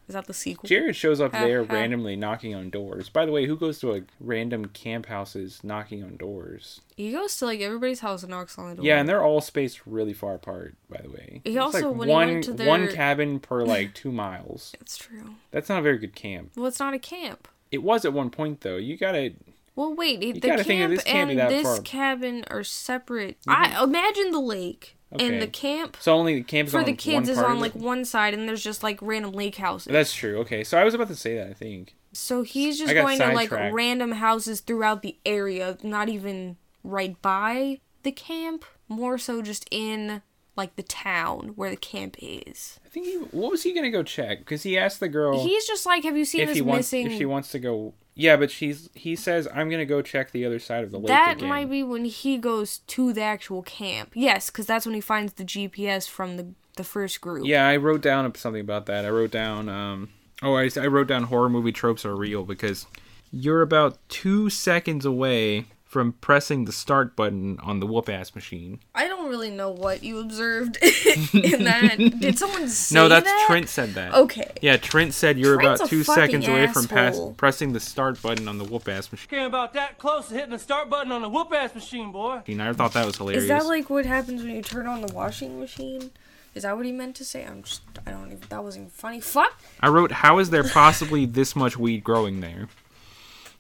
Is that the sequel? Jared shows up Ha, there ha. randomly knocking on doors. By the way, who goes to a random camp houses knocking on doors? he goes to like everybody's house and knocks on the door. Yeah, and they're all spaced really far apart. By the way, He It's also- like when he one went to their- one cabin per like two miles. that's true. That's not a very good camp. Well, it's not a camp. It was at one point though. You gotta Well, wait, the gotta camp think that this can't and be that this far. cabin are separate. I imagine the lake and Okay. the camp so only the camp is for on the kids one is part on of like it. one side, and there's just like random lake houses. That's true. Okay, so I was about to say that. I think So he's just I got going to like sidetracked. random houses throughout the area, not even right by the camp, more so just in like the town where the camp is. I think he. What was he gonna go check? Because he asked the girl He's just like, have you seen if this he wants missing? if she wants to go. Yeah, but she's he says I'm gonna go check the other side of the lake. that again. might be when he goes to the actual camp. Yes, because that's when he finds the GPS from the the first group. Yeah, I wrote down something about that. I wrote down. um Oh, I, I wrote down horror movie tropes are real because you're about two seconds away from pressing the start button on the whoop ass machine. I don't really know what you observed in that. Did someone say no, that's that? Trent said that. Okay. Yeah, Trent said you're Trent's about a two fucking seconds away from pass- asshole. pressing the start button on the whoop ass machine. Came about that close to hitting the start button on the whoop ass machine, boy. I thought that was hilarious. Is that like what happens when you turn on the washing machine? Is that what he meant to say? I'm just, I don't even, that wasn't even funny. Fuck! I wrote, How is there possibly this much weed growing there?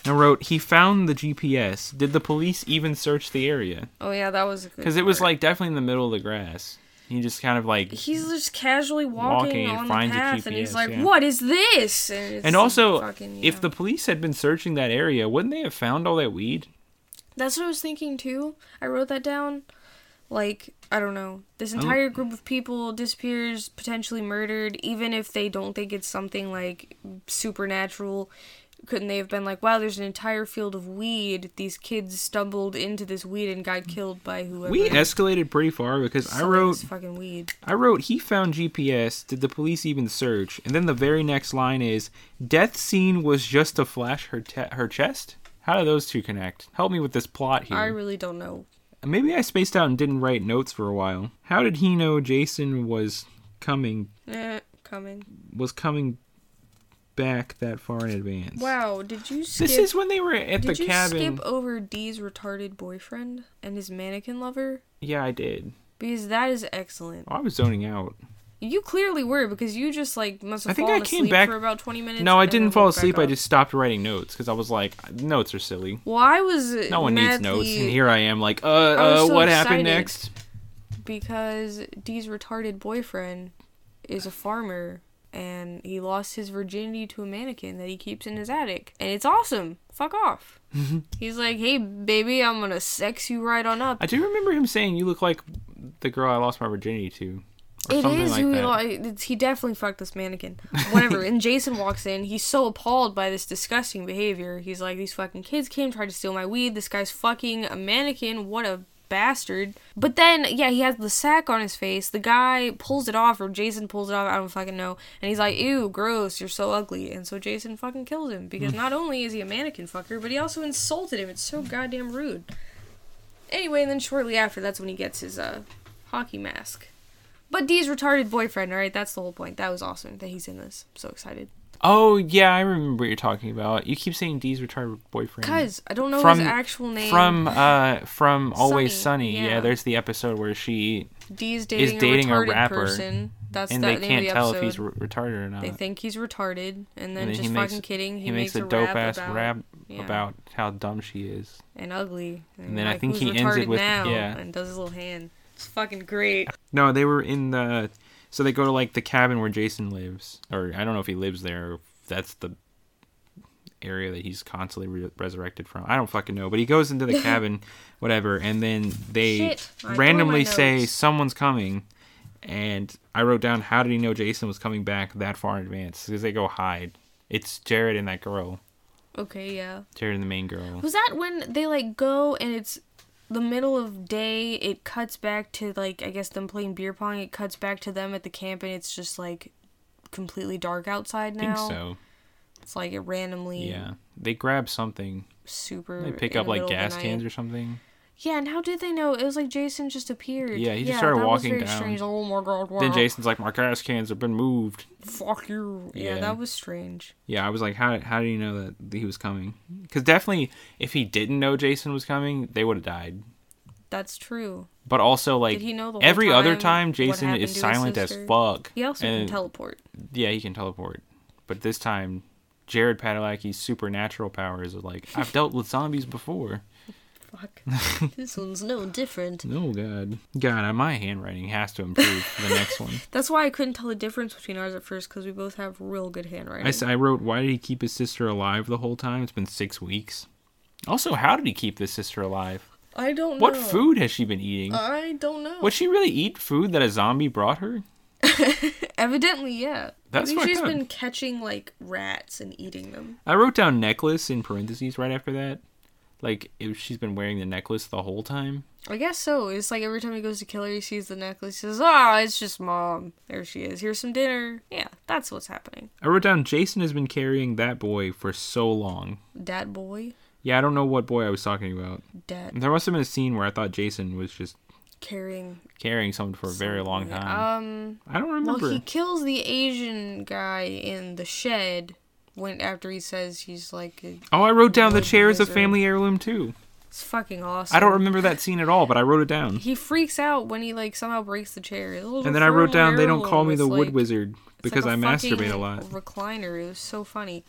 I wrote, He found the GPS. Did the police even search the area? Oh yeah, that was a good Because it was like definitely in the middle of the grass. He just kind of like. He's just casually walking, Walking and on finds the a path, and he's GPS, like, yeah. what is this? And, it's And also, fucking, yeah. if the police had been searching that area, wouldn't they have found all that weed? That's what I was thinking too. I wrote that down. Like, I don't know. This Oh. entire group of people disappears, potentially murdered, even if they don't think it's something like supernatural. Couldn't they have been like, wow, there's an entire field of weed. These kids stumbled into this weed and got killed by whoever. We escalated pretty far because I sold wrote this fucking weed. I wrote, he found GPS. Did the police even search? And then the very next line is, death scene was just to flash her te- her chest. How do those two connect? Help me with this plot here. I really don't know. Maybe I spaced out and didn't write notes for a while. How did he know Jason was coming Eh, coming. was coming back that far in advance? Wow, did you skip? This is when they were at did the you cabin. skip over Dee's retarded boyfriend and his mannequin lover? Yeah, I did. Because that is excellent. Oh, I was zoning out. You clearly were because you just like must have I think fallen I came asleep back- for about twenty minutes. No, I and then didn't fall woke back asleep. I up. just stopped writing notes because I was like, notes are silly. well, I was No one needs notes, and here I am, like, uh, was uh, so what happened excited. next? because Dee's retarded boyfriend is a farmer and he lost his virginity to a mannequin that he keeps in his attic, and it's awesome. Fuck off. He's like, hey baby, I'm gonna sex you right on up. I do remember him saying, "You look like the girl I lost my virginity to," or It something is like who he, that. li- it's- he definitely fucked this mannequin. Whatever. and Jason walks in. He's so appalled by this disgusting behavior. He's like, these fucking kids came, tried to steal my weed. This guy's fucking a mannequin. What a bastard. But then, yeah, he has the sack on his face. The guy pulls it off, or Jason pulls it off. I don't fucking know. And he's like, ew, gross. You're so ugly. And so Jason fucking kills him because Mm. not only is he a mannequin fucker, but he also insulted him. It's so goddamn rude. Anyway, and then shortly after, that's when he gets his uh, hockey mask. But Dee's retarded boyfriend, all right? That's the whole point. That was awesome that he's in this. I'm so excited. Oh yeah, I remember what you're talking about. You keep saying Dee's retarded boyfriend. Cuz I don't know his actual name. Mm. From uh from Always Sunny. Sunny, Yeah. yeah. there's the episode where she Dee's dating, dating a a retarded rapper, person. That's and the they name can't of the tell episode. if he's re- retarded or not. they think he's retarded and then, and then just he fucking makes kidding. he, makes, a dope ass about, rap yeah, about how dumb she is. and ugly. And, then I like, think who's he ends it retarded with- now? yeah. and does his little hand. It's fucking great. No, they were in the. So they go to like the cabin where Jason lives, or I don't know if he lives there. Or if that's the area that he's constantly re- resurrected from. I don't fucking know, but he goes into the cabin, whatever, and then they Shit, I blew my randomly nose. say someone's coming. And I wrote down how did he know Jason was coming back that far in advance? Because they go hide. It's Jared and that girl. Okay, yeah. Terry and the main girl. Was that when they like go and it's the middle of day? It cuts back to like I guess them playing beer pong. It cuts back to them at the camp and it's just like completely dark outside I think now. so. It's like it randomly Yeah. They grab something. super. They pick in up the like middle of the gas cans night. or something. Yeah, and how did they know? It was like Jason just appeared. Yeah, he just started that walking was very down. Strange. Oh my god! Wow. Then Jason's like, My gas cans have been moved. fuck you. Yeah, Yeah. that was strange. Yeah, I was like, How how do you know that he was coming? Because definitely if he didn't know Jason was coming, they would have died. That's true. But also like Did he know the whole every other time time what Jason happened is to his silent as sister? fuck. He also And- can teleport. Yeah, he can teleport. But this time Jared Padalecki's supernatural powers are like, I've dealt with zombies before. Fuck. this one's no different. Oh god. God, my handwriting has to improve for the next one. That's why I couldn't tell the difference between ours at first because we both have real good handwriting. I, s- I wrote, why did he keep his sister alive the whole time? It's been six weeks. Also, how did he keep this sister alive? I don't What know. food has she been eating? I don't know. Would she really eat food that a zombie brought her? Evidently, yeah. That's Maybe fucked she's up. been catching like rats and eating them. I wrote down necklace in parentheses right after that. Like, if she's been wearing the necklace the whole time. I guess so. It's like every time he goes to kill her, he sees the necklace. He says, "Ah, it's just mom. There she is. Here's some dinner." Yeah, that's what's happening. I wrote down, Jason has been carrying that boy for so long. Dat boy, Yeah, I don't know what boy I was talking about. dat There must have been a scene where I thought Jason was just carrying. carrying someone for a very long Yeah, time. Um. I don't Well, remember. he kills the Asian guy in the shed when after he says he's like a- Oh, I wrote down the Oh, chair is a lizard. family heirloom too. it's fucking awesome. I don't remember that scene at all, but I wrote it down. He freaks out when he like somehow breaks the chair. And then I wrote down they don't call me the wood wizard because I masturbate a lot. Recliner. It was so funny.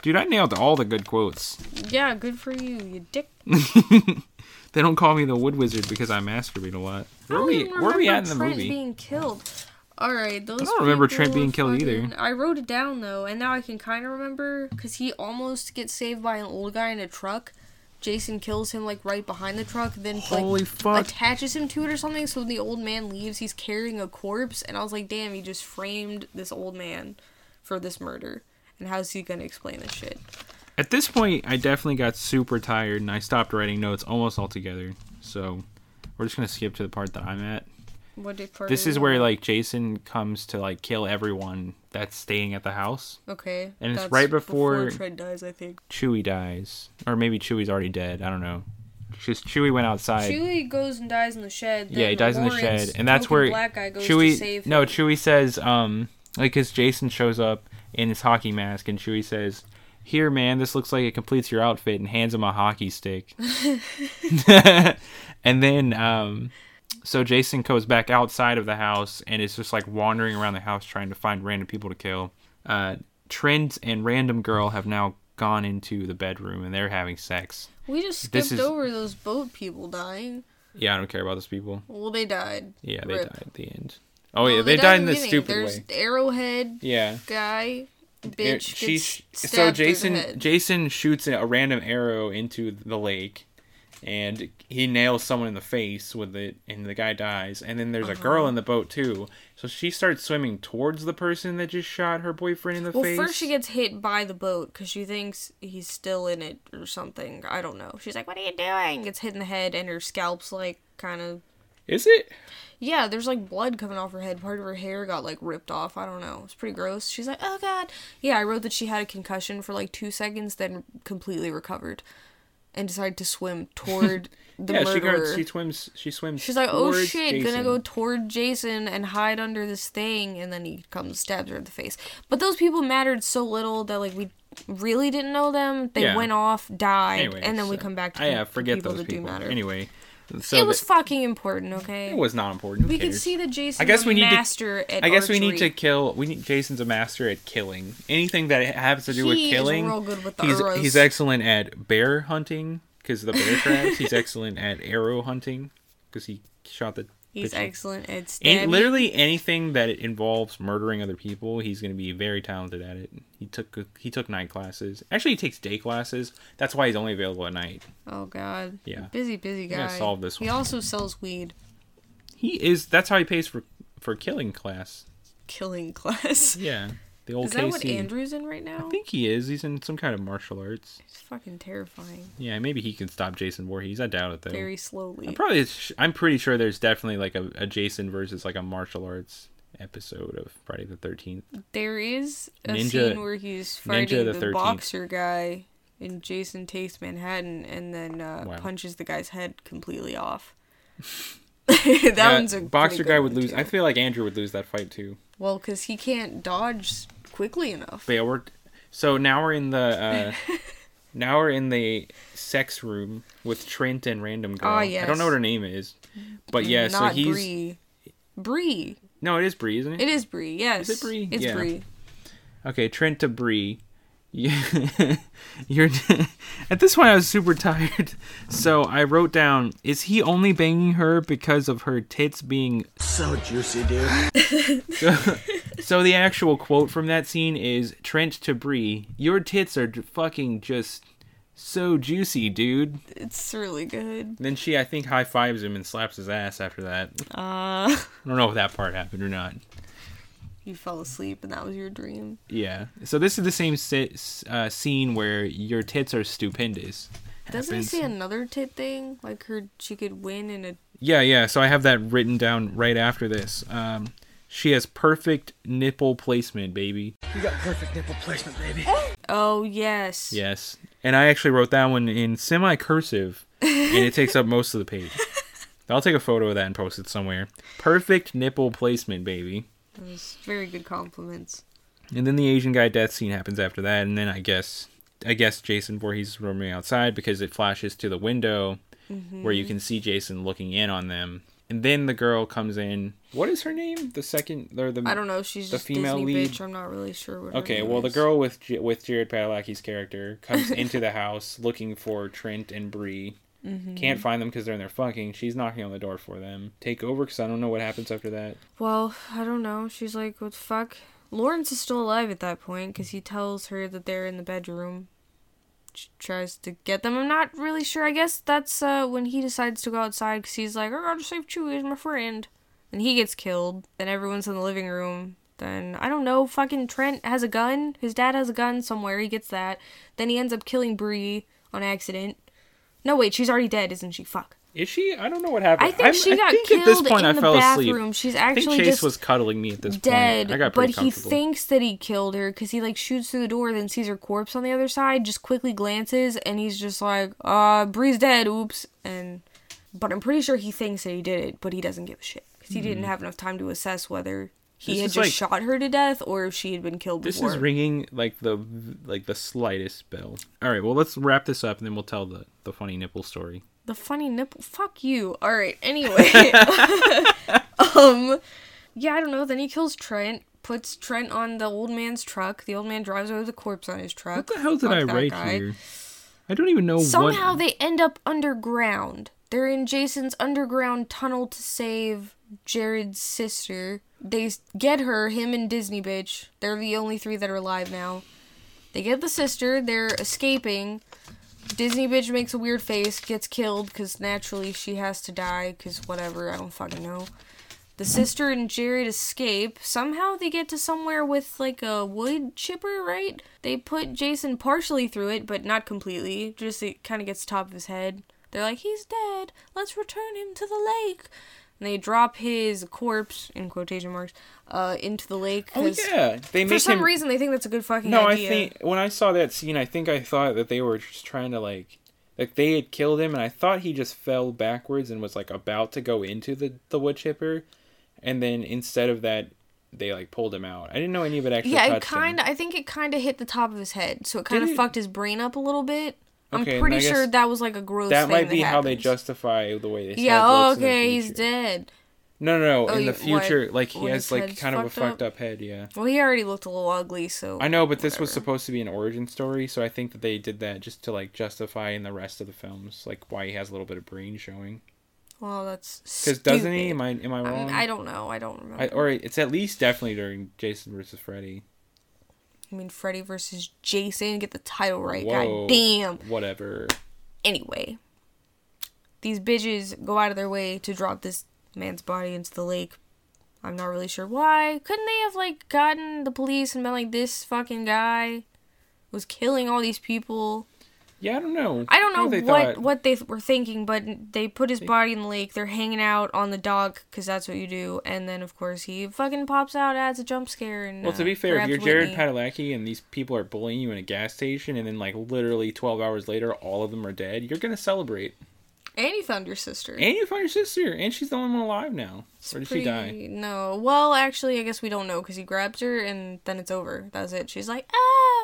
Dude, I nailed all the good quotes. Yeah, good for you, you dick. They don't call me the wood wizard because I masturbate a lot. Where are I we don't where are we remember at in the Trent movie? Being killed. All right, those. I don't remember people Trent being were killed either. fucking- I wrote it down though, and now I can kind of remember because he almost gets saved by an old guy in a truck. Jason kills him like right behind the truck, then like Holy fuck. attaches him to it or something. So when the old man leaves, he's carrying a corpse, and I was like, damn, he just framed this old man for this murder. And how's he gonna explain this shit? At this point I definitely got super tired and I stopped writing notes almost altogether. So we're just gonna skip to the part that I'm at. What did part? This are is we where on? like Jason comes to like kill everyone that's staying at the house. okay, and it's that's right before- Trent dies, I think. Chewie dies, or maybe Chewie's already dead. I don't know. Just Chewie went outside. Chewie goes and dies in the shed. yeah, he then dies in the Lawrence, shed, and that's drunken where black guy goes Chewie. to save no, him. Chewie says, um, like, cause Jason shows up in his hockey mask, and Chewie says, "Here, man, this looks like it completes your outfit," and hands him a hockey stick. and then, um, so Jason goes back outside of the house and is just like wandering around the house trying to find random people to kill. Uh, Trent and Random Girl have now gone into the bedroom and they're having sex. we just this skipped is- over those boat people dying. Yeah, I don't care about those people. Well, they died. Yeah, they Rip. died at the end. Oh yeah, No, they, died in the this beginning. stupid There's way. Arrowhead Yeah. guy, Air- bitch. she gets sh- stabbed so through the Jason head. Jason shoots a random arrow into the lake and he nails someone in the face with it and the guy dies and then Uh-huh. there's a girl in the boat too so she starts swimming towards the person that just shot her boyfriend in the well, face first she gets hit by the boat because she thinks he's still in it or something. I don't know. She's like, "What are you doing?" Gets hit in the head, and her scalp's like kind of is it Yeah, there's like blood coming off her head. Part of her hair got like ripped off. I don't know. It's pretty gross. She's like, oh god. Yeah, I wrote that she had a concussion for like two seconds, then completely recovered, and decided to swim toward the yeah she murderer. goes she swims she swims She's like, oh towards shit, gonna Jason. go toward Jason and hide under this thing, and then he comes and stabs her in the face. But those people mattered so little that like we really didn't know them. They Yeah. went off, died, Anyway, and then we so- come back to Ah, the- yeah the forget people those that people do matter. anyway so it was th- fucking important, okay? it was not important Who We could cares? see that Jason's I guess a we need to- master at I guess we need archery. to kill. We need Jason's a master at killing. Anything that has to do with He is killing, real good with the he's arrows. he's excellent at bear hunting because the bear traps. he's excellent at arrow hunting because he shot the. He's picture. excellent at stabbing. And literally anything that it involves murdering other people, he's going to be very talented at it. He took he took night classes. Actually, he takes day classes. That's why he's only available at night. oh god. Yeah. Busy, busy guy. gotta solve this He one. also sells weed. He is. That's how he pays for for killing class. Killing class. Yeah. The old Is that what KC. Andrew's in right now? I think he is. He's in some kind of martial arts. It's fucking terrifying. Yeah, maybe he can stop Jason Voorhees. I doubt it though. Very slowly. Probably, it's- I'm pretty sure there's definitely like a, a Jason versus like a martial arts episode of Friday the Thirteenth. There is a Ninja- scene where he's Ninja fighting the the, 13th. boxer guy, and Jason takes Manhattan, and then uh, Wow. punches the guy's head completely off. that one's a pretty boxer good guy would one, lose. too. I feel like Andrew would lose that fight too. Well, because he can't dodge quickly enough. But yeah, we're so now we're in the uh, now we're in the sex room with Trent and random girl. Ah, I don't know yes. what her name is, but yeah. so Not he's Bree. Bree. no, it is Bree, isn't it? It is Bree. Yes. Is it Bree? It's Yeah. Bree. Okay, Trent to Bree. You- You're at this point. I was super tired, so I wrote down: Is he only banging her because of her tits being So juicy, dude. So the actual quote from that scene is Trent to Bree, your tits are j- fucking just so juicy, dude. It's really good. Then she, I think, high fives him and slaps his ass after that. I Uh, don't know if that part happened or not. you fell asleep, and that was your dream. Yeah. So this is the same si- s- uh, scene where your tits are stupendous. Doesn't he happens. say another tit thing? Like her, she could win in a. Yeah, yeah. So I have that written down right after this. Um, she has perfect nipple placement, baby. You got perfect nipple placement, baby. Oh yes. Yes. And I actually wrote that one in semi cursive, and it takes up most of the page. I'll take a photo of that and post it somewhere. Perfect nipple placement, baby. Those very good compliments. And then the Asian guy death scene happens after that, and then I guess I guess Jason Voorhees is roaming outside because it flashes to the window where Mm-hmm. you can see Jason looking in on them. And then the girl comes in. What is her name? The second or the I don't know. She's Mm. The just female Disney lead- bitch. I'm not really sure what. her Okay, name well, the is. girl with J- with Jared Padalecki's character comes into the house looking for Trent and Bree. Mm-hmm. Can't find them because they're in their fucking. She's knocking on the door for them. Take over because I don't know what happens after that. Well, I don't know. She's like, what the fuck? Lawrence is still alive at that point because he tells her that they're in the bedroom. She tries to get them. I'm not really sure. I guess that's uh, when he decides to go outside because he's like, I gotta save Chewie as my friend. And he gets killed. Then everyone's in the living room. Then, I don't know, fucking Trent has a gun. His dad has a gun somewhere. He gets that. Then he ends up killing Bree on accident. No, wait, she's already dead, isn't she? Fuck. Is she? I don't know what happened. I think she got killed in the bathroom. She's I think actually Chase just was cuddling me at this dead, point. I got but pretty he comfortable. thinks that he killed her because he like shoots through the door, then sees her corpse on the other side. Just quickly glances, and he's just like, "Uh, Bree's dead. Oops." And but I'm pretty sure he thinks that he did it, but he doesn't give a shit because he didn't have enough time to assess whether he Mm-hmm. This had is just like- shot her to death or if she had been killed This before. is ringing like the like the slightest bell. All right, well let's wrap this up and then we'll tell the the funny nipple story. the funny nipple. Fuck you. All right. Anyway. um. Yeah, I don't know. Then he kills Trent. Puts Trent on the old man's truck. The old man drives away with a corpse on his truck. What the hell did Fuck I that write guy. here? I don't even know what. Somehow they end up underground. They're in Jason's underground tunnel to save Jared's sister. They s- get her, him, and Disney bitch. They're the only three that are alive now. They get the sister. They're escaping. Disney bitch makes a weird face, gets killed because naturally she has to die because whatever. I don't fucking know. The sister and Jared escape. Somehow they get to somewhere with like a wood chipper, right? They put Jason partially through it, but not completely. Just it kind of gets top of his head. They're like, he's dead. Let's return him to the lake. And they drop his corpse in quotation marks uh, into the lake. Oh 'cause yeah, they For make some him. reason, they think that's a good fucking No, idea. I think when I saw that scene, I think I thought that they were just trying to like, like they had killed him, and I thought he just fell backwards and was like about to go into the the wood chipper, and then instead of that, they like pulled him out. I didn't know any of it actually. Yeah, it touched him. kind of. I think it kind of hit the top of his head, so it kind of it? fucked his brain up a little bit. Okay, then I'm pretty I sure guess that was like a gross. That thing might be how they happens. justify the way they. Yeah. Oh, okay. He's dead. No, no, no. Oh, in the you- what? future, like he When has his like head's kind of a fucked up? fucked up head. Yeah. Well, he already looked a little ugly, so I know, but this was whatever. supposed to be an origin story, so I think that they did that just to like justify in the rest of the films, like why he has a little bit of brain showing. Well, that's Because because doesn't he? Am I am I wrong? I don't know. I don't remember. I, or it's at least definitely during Jason versus Freddy. I mean, Freddy versus Jason. Get the title right. Whoa, God damn. Whatever. Anyway, these bitches go out of their way to drop this man's body into the lake. I'm not really sure why. Couldn't they have like gotten the police and been like this fucking guy was killing all these people? Yeah, I don't know. I don't know they what thought. what they were thinking, but they put his body in the lake. They're hanging out on the dock because that's what you do. And then of course he fucking pops out, adds a jump scare. And Well, to uh, be fair, if grabs you're Jared Whitney. Padalecki and these people are bullying you in a gas station, and then like literally 12 hours later, all of them are dead, you're gonna celebrate. and he found your sister. And you find your sister, and she's the only one alive now. or did she die? Pretty- No. Well, actually, I guess we don't know because he grabs her and then it's over. That's it. She's like, ah.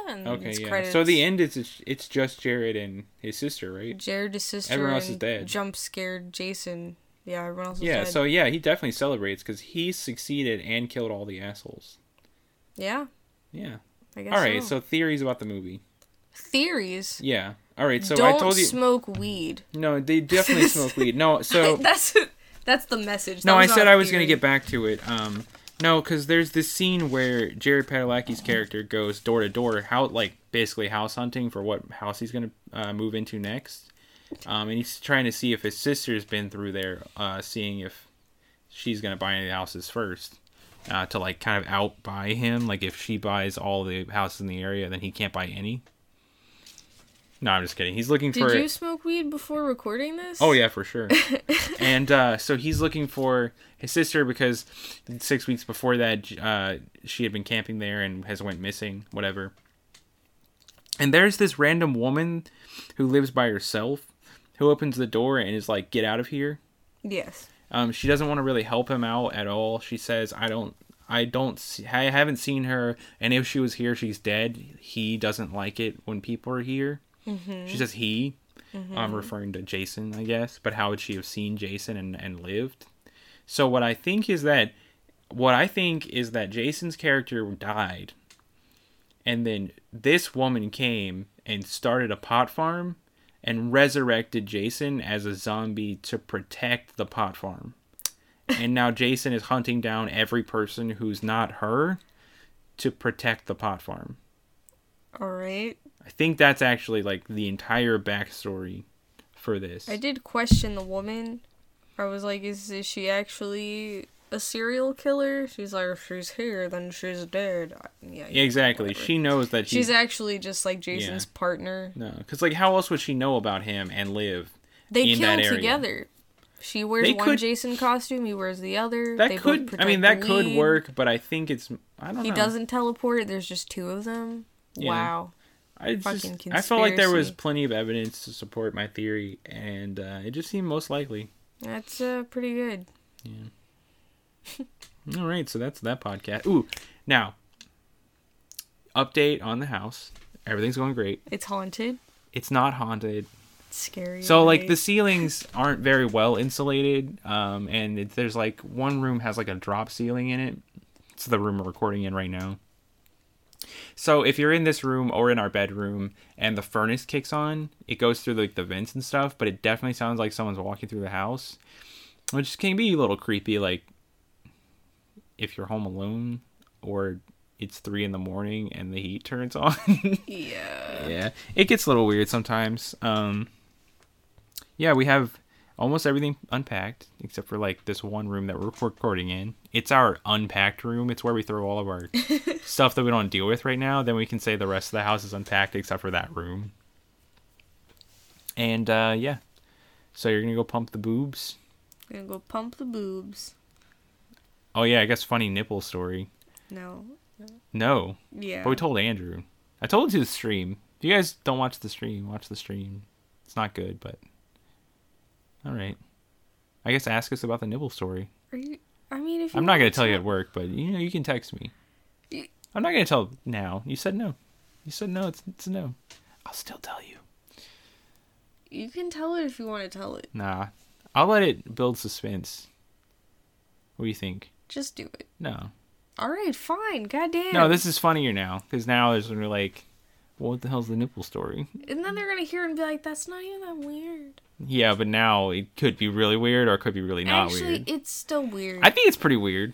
And Okay, it's yeah. Credits. So the end is it's, it's just Jared and his sister, right? Jared's sister. Everyone else is and dead. Jump scared Jason. Yeah, everyone else is Yeah. dead. So yeah, he definitely celebrates because he succeeded and killed all the assholes. yeah, Yeah. I guess. All right. So, So theories about the movie. theories. Yeah. All right. So don't I told you. smoke weed. no, they definitely smoke weed. No. So that's that's the message. No, That I not said a I was going to theory. get back to it. Um, no, because there's this scene where Jared Padalecki's character goes door to door, how like basically house hunting for what house he's going to uh, move into next, um, and he's trying to see if his sister's been through there, uh, seeing if she's going to buy any of the houses first. Uh, to like kind of outbuy him, like if she buys all the houses in the area, then he can't buy any. No, I'm just kidding. He's looking Did for you smoke weed before recording this? Oh yeah, for sure. and uh, so he's looking for his sister because six weeks before that, uh, she had been camping there and has went missing, whatever. And there's this random woman who lives by herself, who opens the door and is like, "Get out of here." Yes. Um, she doesn't want to really help him out at all. She says, "I don't, I don't, see, I haven't seen her, and if she was here, she's dead. He doesn't like it when people are here." She says he, um, referring to Jason, I guess. But how would she have seen Jason and and lived? So what I think is that, what I think is that Jason's character died, and then this woman came and started a pot farm. And resurrected Jason as a zombie to protect the pot farm and now Jason is hunting down every person who's not her to protect the pot farm. All right. I think that's actually like the entire backstory for this. I did question the woman. I was like, is, is she actually a serial killer? She's like, if she's here, then she's dead. I- Yeah. Yeah, exactly. whatever. She knows that he's She's actually just like Jason's partner. no, because like how else would she know about him and live? They In kill that area. together. She wears They one could- Jason costume, he wears the other. That They both could, I protect mean, the that could weed. work, but I think it's I don't He know. doesn't teleport. There's just two of them. Yeah. Wow. I just fucking I felt like there was conspiracy. plenty of evidence to support my theory, and uh, it just seemed most likely. That's uh, pretty good. All right, so that's that podcast. Ooh, now update on the house. Everything's going great. It's haunted. It's not haunted. It's scary. So like right? the ceilings aren't very well insulated, um, and it, there's like one room has like a drop ceiling in it. It's the room we're recording in right now. So if you're in this room or in our bedroom and the furnace kicks on, it goes through like the vents and stuff, but it definitely sounds like someone's walking through the house, which can be a little creepy. Like if you're home alone or it's three in the morning and the heat turns on. Yeah. yeah, it gets a little weird sometimes. Um, yeah, we have almost everything unpacked except for like this one room that we're recording in. It's our unpacked room. It's where we throw all of our stuff that we don't deal with right now. Then we can say the rest of the house is unpacked except for that room. And uh, yeah, so you're gonna go pump the boobs. gonna go pump the boobs. Oh yeah, I guess funny nipple story. No. No, Yeah. but we told Andrew. I told you the stream. If you guys don't watch the stream, watch the stream. It's not good, but all right. I guess ask us about the nibble story. Are you? I mean, if you I'm not gonna want tell you to- at work, but you know you can text me. I'm not gonna tell now. You said no. You said no. It's it's a no. I'll still tell you. You can tell it if you want to tell it. Nah, I'll let it build suspense. What do you think? Just do it. No, All right, fine. Goddamn. no. This is funnier now because now there's when you're like, well, what the hell's the nipple story? And then they're gonna hear and be like, "That's not even that weird." Yeah, but now it could be really weird or it could be really not Actually, weird. it's still weird. I think it's pretty weird.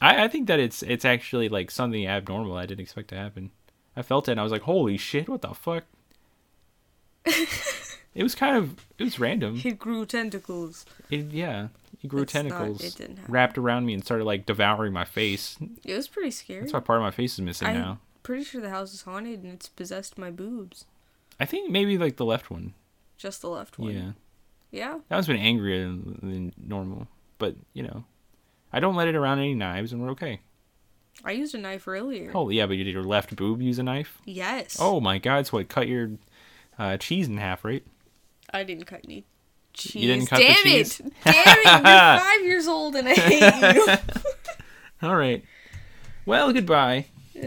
I, I think that it's it's actually like something abnormal I didn't expect to happen. I felt it and I was like, holy shit, what the fuck? it was kind of it was random. It grew tentacles. It, yeah. He grew It's not- tentacles it didn't happen. wrapped around me and started like devouring my face. It was pretty scary. That's why part of my face is missing I'm now. pretty sure the house is haunted and it's possessed my boobs. I think maybe like the left one. Just the left one. Yeah, Yeah. that one's been angrier than, than normal. But you know, I don't let it around any knives, and we're okay. I used a knife earlier. Oh yeah, but you did your left boob use a knife? Yes. Oh my god, so it cut your uh, cheese in half, right? I didn't cut any cheese. didn't cut the Damn cheese? it! Damn it! You're five years old and I hate you. All right. Well, goodbye.